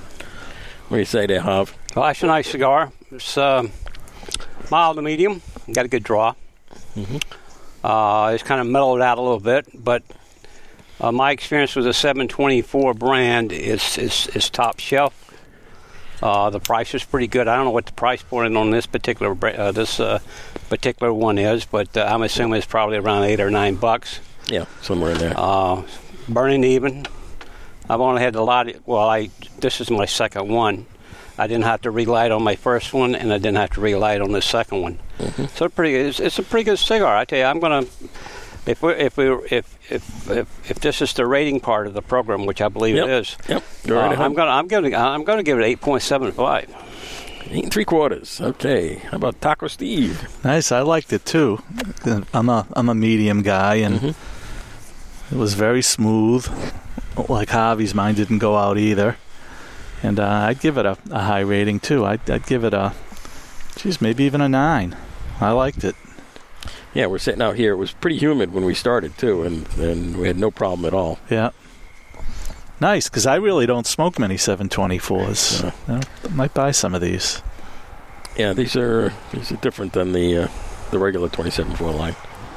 [SPEAKER 1] What do you say, there, Hav?
[SPEAKER 2] Well, that's a nice cigar. It's um mild to medium. Got a good draw. Uh, it's kind of mellowed out a little bit, but uh, my experience with the 724 brand is is, is top shelf. Uh, the price is pretty good. I don't know what the price point on this particular bra- uh, this uh, particular one is, but uh, I'm assuming it's probably around eight or nine bucks
[SPEAKER 1] Yeah, somewhere in there.
[SPEAKER 2] uh, burning even. I've only had a lot. Of, well, I this is my second one. I didn't have to relight on my first one, and I didn't have to relight on the second one.
[SPEAKER 1] Mm-hmm.
[SPEAKER 2] So pretty. It's, it's a pretty good cigar. I tell you, I'm gonna. If we if we if if, if if this is the rating part of the program, which I believe
[SPEAKER 1] Yep.
[SPEAKER 2] it is,
[SPEAKER 1] Yep. Go
[SPEAKER 2] uh,
[SPEAKER 1] right ahead.
[SPEAKER 2] I'm gonna I'm gonna I'm gonna give it eight point seven five.
[SPEAKER 1] Eight and three quarters. Okay. How about Taco Steve?
[SPEAKER 4] Nice. I liked it too. I'm a I'm a medium guy,
[SPEAKER 1] Mm-hmm.
[SPEAKER 4] and it was very smooth. Like Javi's, mine didn't go out either, and uh, I'd give it a, a high rating too. I'd, I'd give it a, geez, maybe even a nine. I liked it.
[SPEAKER 1] Yeah, we're sitting out here. It was pretty humid when we started too, and and we had no problem at all.
[SPEAKER 4] Yeah. Nice, because I really don't smoke many 724s. You know, I might buy some of these.
[SPEAKER 1] Yeah, these are these are different than the uh, the regular twenty seven four line.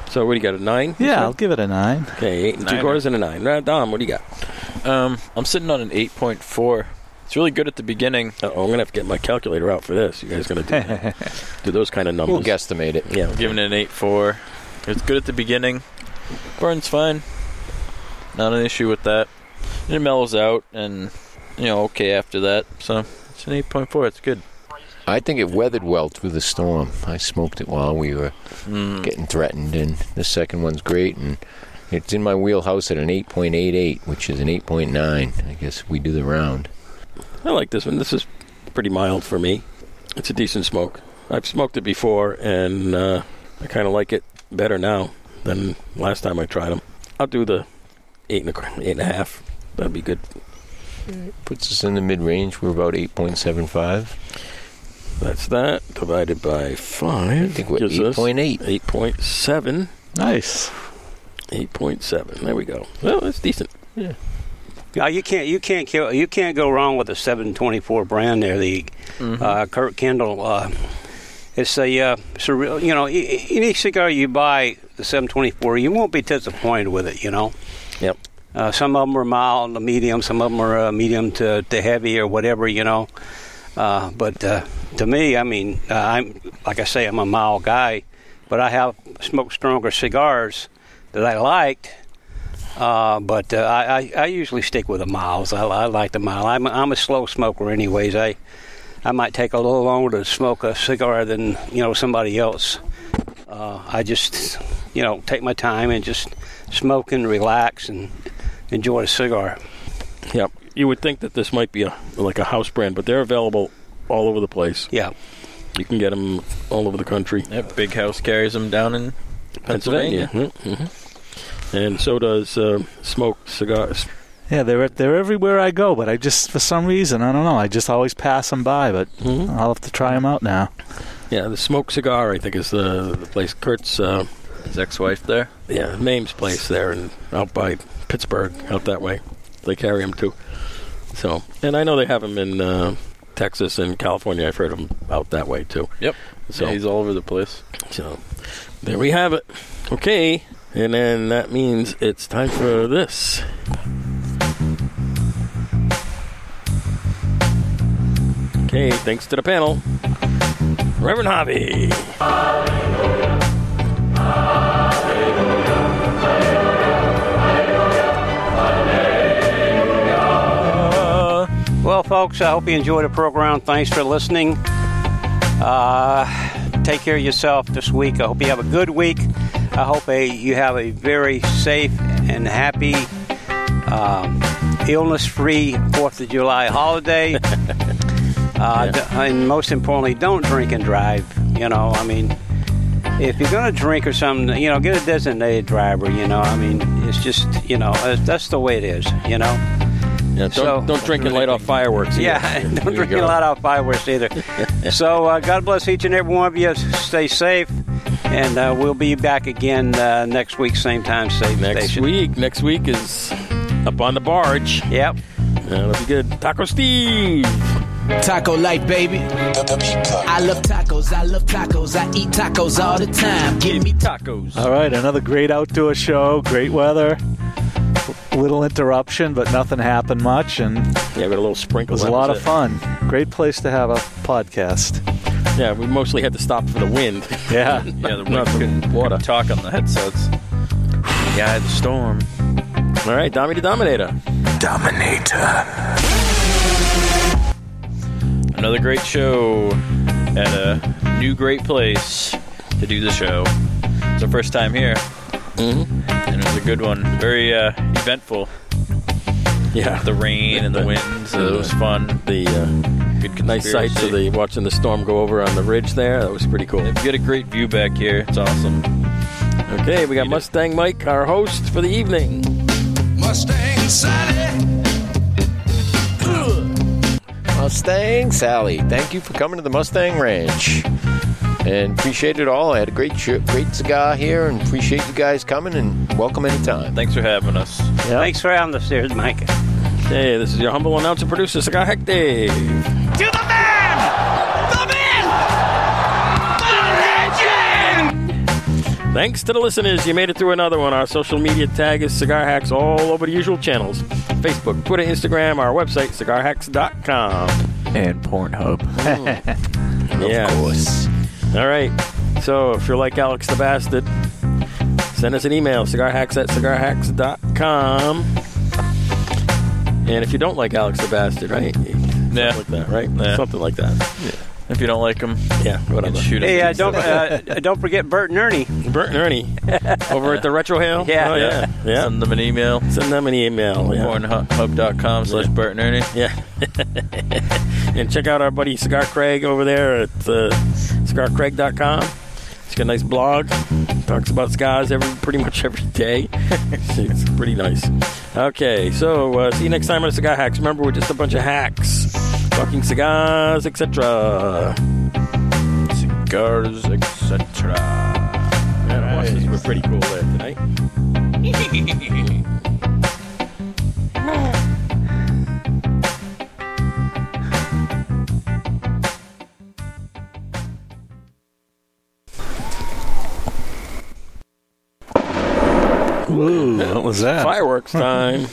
[SPEAKER 1] So what do you got? A nine?
[SPEAKER 4] Yeah, I'll give it a nine.
[SPEAKER 1] Okay, eight and two
[SPEAKER 5] Niner.
[SPEAKER 1] quarters and a nine. Now, Dom, what do you got?
[SPEAKER 5] Um, I'm sitting on an 8.4. It's really good at the beginning.
[SPEAKER 1] Uh oh, I'm gonna have to get my calculator out for this. You guys gonna do, do those kind of numbers?
[SPEAKER 6] We'll guesstimate it.
[SPEAKER 1] Yeah.
[SPEAKER 5] I'm giving it an 8.4. It's good at the beginning. Burns fine. Not an issue with that. And it mellows out and, you know, okay after that. So it's an 8.4. It's good.
[SPEAKER 6] I think it weathered well through the storm. I smoked it while we were
[SPEAKER 5] Mm.
[SPEAKER 6] getting threatened, and the second one's great, and it's in my wheelhouse at an 8.88, which is an 8.9. I guess we do the round.
[SPEAKER 1] I like this one. This is pretty mild for me. It's a decent smoke. I've smoked it before, and uh, I kind of like it better now than last time I tried them. I'll do the eight and a, qu- eight and a half. That'd be good.
[SPEAKER 6] Puts us in the mid range. We're about 8.75.
[SPEAKER 1] That's that divided by five.
[SPEAKER 6] I think we're
[SPEAKER 1] gives us
[SPEAKER 6] 8.8.
[SPEAKER 1] 8.7.
[SPEAKER 4] Nice.
[SPEAKER 1] 8.7. There we go. Well, that's decent.
[SPEAKER 2] Yeah, Uh, you can't you can't kill, you can't go wrong with the 724 brand there. The
[SPEAKER 5] Mm-hmm.
[SPEAKER 2] uh, Kurt Kendall. Uh, it's a uh, it's a real, you know e- e- any cigar you buy the 724 you won't be disappointed with it. You know.
[SPEAKER 1] Yep.
[SPEAKER 2] Uh, some of them are mild to medium, some of them are uh, medium to, to heavy or whatever, you know. Uh, but uh, to me, I mean, uh, I'm like I say, I'm a mild guy, but I have smoked stronger cigars that I liked. Uh, but uh, I, I, I usually stick with the miles. I, I like the mile. I'm, I'm a slow smoker, anyways. I I might take a little longer to smoke a cigar than you know somebody else. Uh, I just you know take my time and just smoke and relax and enjoy a cigar.
[SPEAKER 1] Yep. You would think that this might be a like a house brand, but they're available all over the place.
[SPEAKER 2] Yeah,
[SPEAKER 1] You can get them all over the country.
[SPEAKER 5] That big house carries them down in Pennsylvania.
[SPEAKER 1] Mhm. And so does uh, Smoke Cigars.
[SPEAKER 4] Yeah, they're they're everywhere I go, but I just for some reason I don't know. I just always pass them by, but
[SPEAKER 1] Mhm.
[SPEAKER 4] I'll have to try them out now.
[SPEAKER 1] Yeah, the Smoke Cigar, I think, is the, the place. Kurt's uh,
[SPEAKER 5] His ex-wife there.
[SPEAKER 1] yeah, name's place there, and out by Pittsburgh, out that way. They carry them too. So, and I know they have them in uh, Texas and California. I've heard them out that way too.
[SPEAKER 5] Yep.
[SPEAKER 1] So,
[SPEAKER 5] yeah, he's all over the place.
[SPEAKER 1] so there we have it. Okay, and then that means it's time for this. Okay, thanks to the panel, Reverend Hobby.
[SPEAKER 2] Well, folks, I hope you enjoyed the program. Thanks for listening. Uh, take care of yourself this week. I hope you have a good week. I hope a, you have a very safe and happy, um, illness free 4th of July holiday. uh, d- and most importantly, don't drink and drive. You know, I mean, if you're going to drink or something, you know, get a designated driver. You know, I mean, it's just, you know, uh, that's the way it is, you know.
[SPEAKER 1] Yeah, don't,
[SPEAKER 2] So-
[SPEAKER 1] don't drink and light off fireworks. either.
[SPEAKER 2] Yeah, don't
[SPEAKER 1] There you
[SPEAKER 2] drink
[SPEAKER 1] go.
[SPEAKER 2] a lot of fireworks either. so uh, God bless each and every one of you. Stay safe, and uh, we'll be back again uh, next week, same time, same
[SPEAKER 1] Next
[SPEAKER 2] station.
[SPEAKER 1] week, next week is up on the barge.
[SPEAKER 2] Yep.
[SPEAKER 1] That'll be good. Taco Steve.
[SPEAKER 3] Taco life, baby. I love tacos. I love tacos. I eat tacos all the time. Give me
[SPEAKER 1] Tacos.
[SPEAKER 4] All right, another great outdoor show. Great weather. Little interruption, but nothing happened much, and it
[SPEAKER 1] Yeah, we had a little sprinkle.
[SPEAKER 4] was a
[SPEAKER 1] That
[SPEAKER 4] lot
[SPEAKER 1] was
[SPEAKER 4] of
[SPEAKER 1] it.
[SPEAKER 4] fun. Great place to have a podcast.
[SPEAKER 1] Yeah, we mostly had to stop for the wind.
[SPEAKER 4] Yeah.
[SPEAKER 5] Yeah, the
[SPEAKER 1] Not the
[SPEAKER 5] wind
[SPEAKER 1] water.
[SPEAKER 5] water. Talk on the headsets. Yeah, the storm.
[SPEAKER 1] All right, Dommy the Dominator.
[SPEAKER 5] Another great show at a new great place to do the show. It's the first time here, mm-hmm. and it was a good one. Very uh, eventful.
[SPEAKER 1] Yeah,
[SPEAKER 5] The rain and the wind, so it was fun.
[SPEAKER 1] the uh,
[SPEAKER 5] Good
[SPEAKER 1] nice
[SPEAKER 5] conspiracy.
[SPEAKER 1] sights of the watching the storm go over on the ridge there. That was pretty cool.
[SPEAKER 5] You get a great view back here. It's awesome.
[SPEAKER 1] Okay, we got
[SPEAKER 5] You do.
[SPEAKER 1] Mustang Mike, our host for the evening.
[SPEAKER 7] Mustang Sally.
[SPEAKER 6] Mustang Sally, thank you for coming to the Mustang Ranch. And appreciate it all. I had a great sh- great cigar here and appreciate you guys coming and welcome anytime.
[SPEAKER 5] Thanks for having us.
[SPEAKER 2] Thanks for having us here, Mike.
[SPEAKER 1] Hey, this is your humble announcer producer, Cigar Heck Dave.
[SPEAKER 7] To the man! The man! The legend!
[SPEAKER 1] Thanks to the listeners, you made it through another one. Our social media tag is Cigar Hacks all over the usual channels Facebook, Twitter, Instagram, our website, cigarhacks.com.
[SPEAKER 4] And Pornhub.
[SPEAKER 1] Yeah.
[SPEAKER 6] Of course.
[SPEAKER 1] All right. So if you're like Alex the Bastard, send us an email, cigarhacks at cigarhacks.com. And if you don't like Alex the Bastard, right? Something
[SPEAKER 5] Yeah.
[SPEAKER 1] like that, right?
[SPEAKER 5] Yeah.
[SPEAKER 1] Something like that.
[SPEAKER 5] If you don't like them,
[SPEAKER 1] Yeah, whatever.
[SPEAKER 5] shoot 'em.
[SPEAKER 2] Hey, uh, don't uh, don't forget Bert and Ernie.
[SPEAKER 1] Bert and Ernie over at the Retro Hill.
[SPEAKER 2] Yeah.
[SPEAKER 1] Oh, yeah. Yeah.
[SPEAKER 5] Send them an email.
[SPEAKER 1] Send them an email. Yeah.
[SPEAKER 5] Pornhub.com slash Bert and Ernie.
[SPEAKER 1] Yeah. and check out our buddy Cigar Craig over there at uh, cigarcraig.com. He's got a nice blog. Talks about cigars every pretty much every day. it's pretty nice. Okay, so uh, see you next time on Cigar Hacks. Remember, we're just a bunch of hacks talking cigars, etc.
[SPEAKER 5] Cigars, etc.
[SPEAKER 1] Man, our bosses were pretty cool there tonight.
[SPEAKER 4] Ooh, what was that?
[SPEAKER 1] Fireworks time.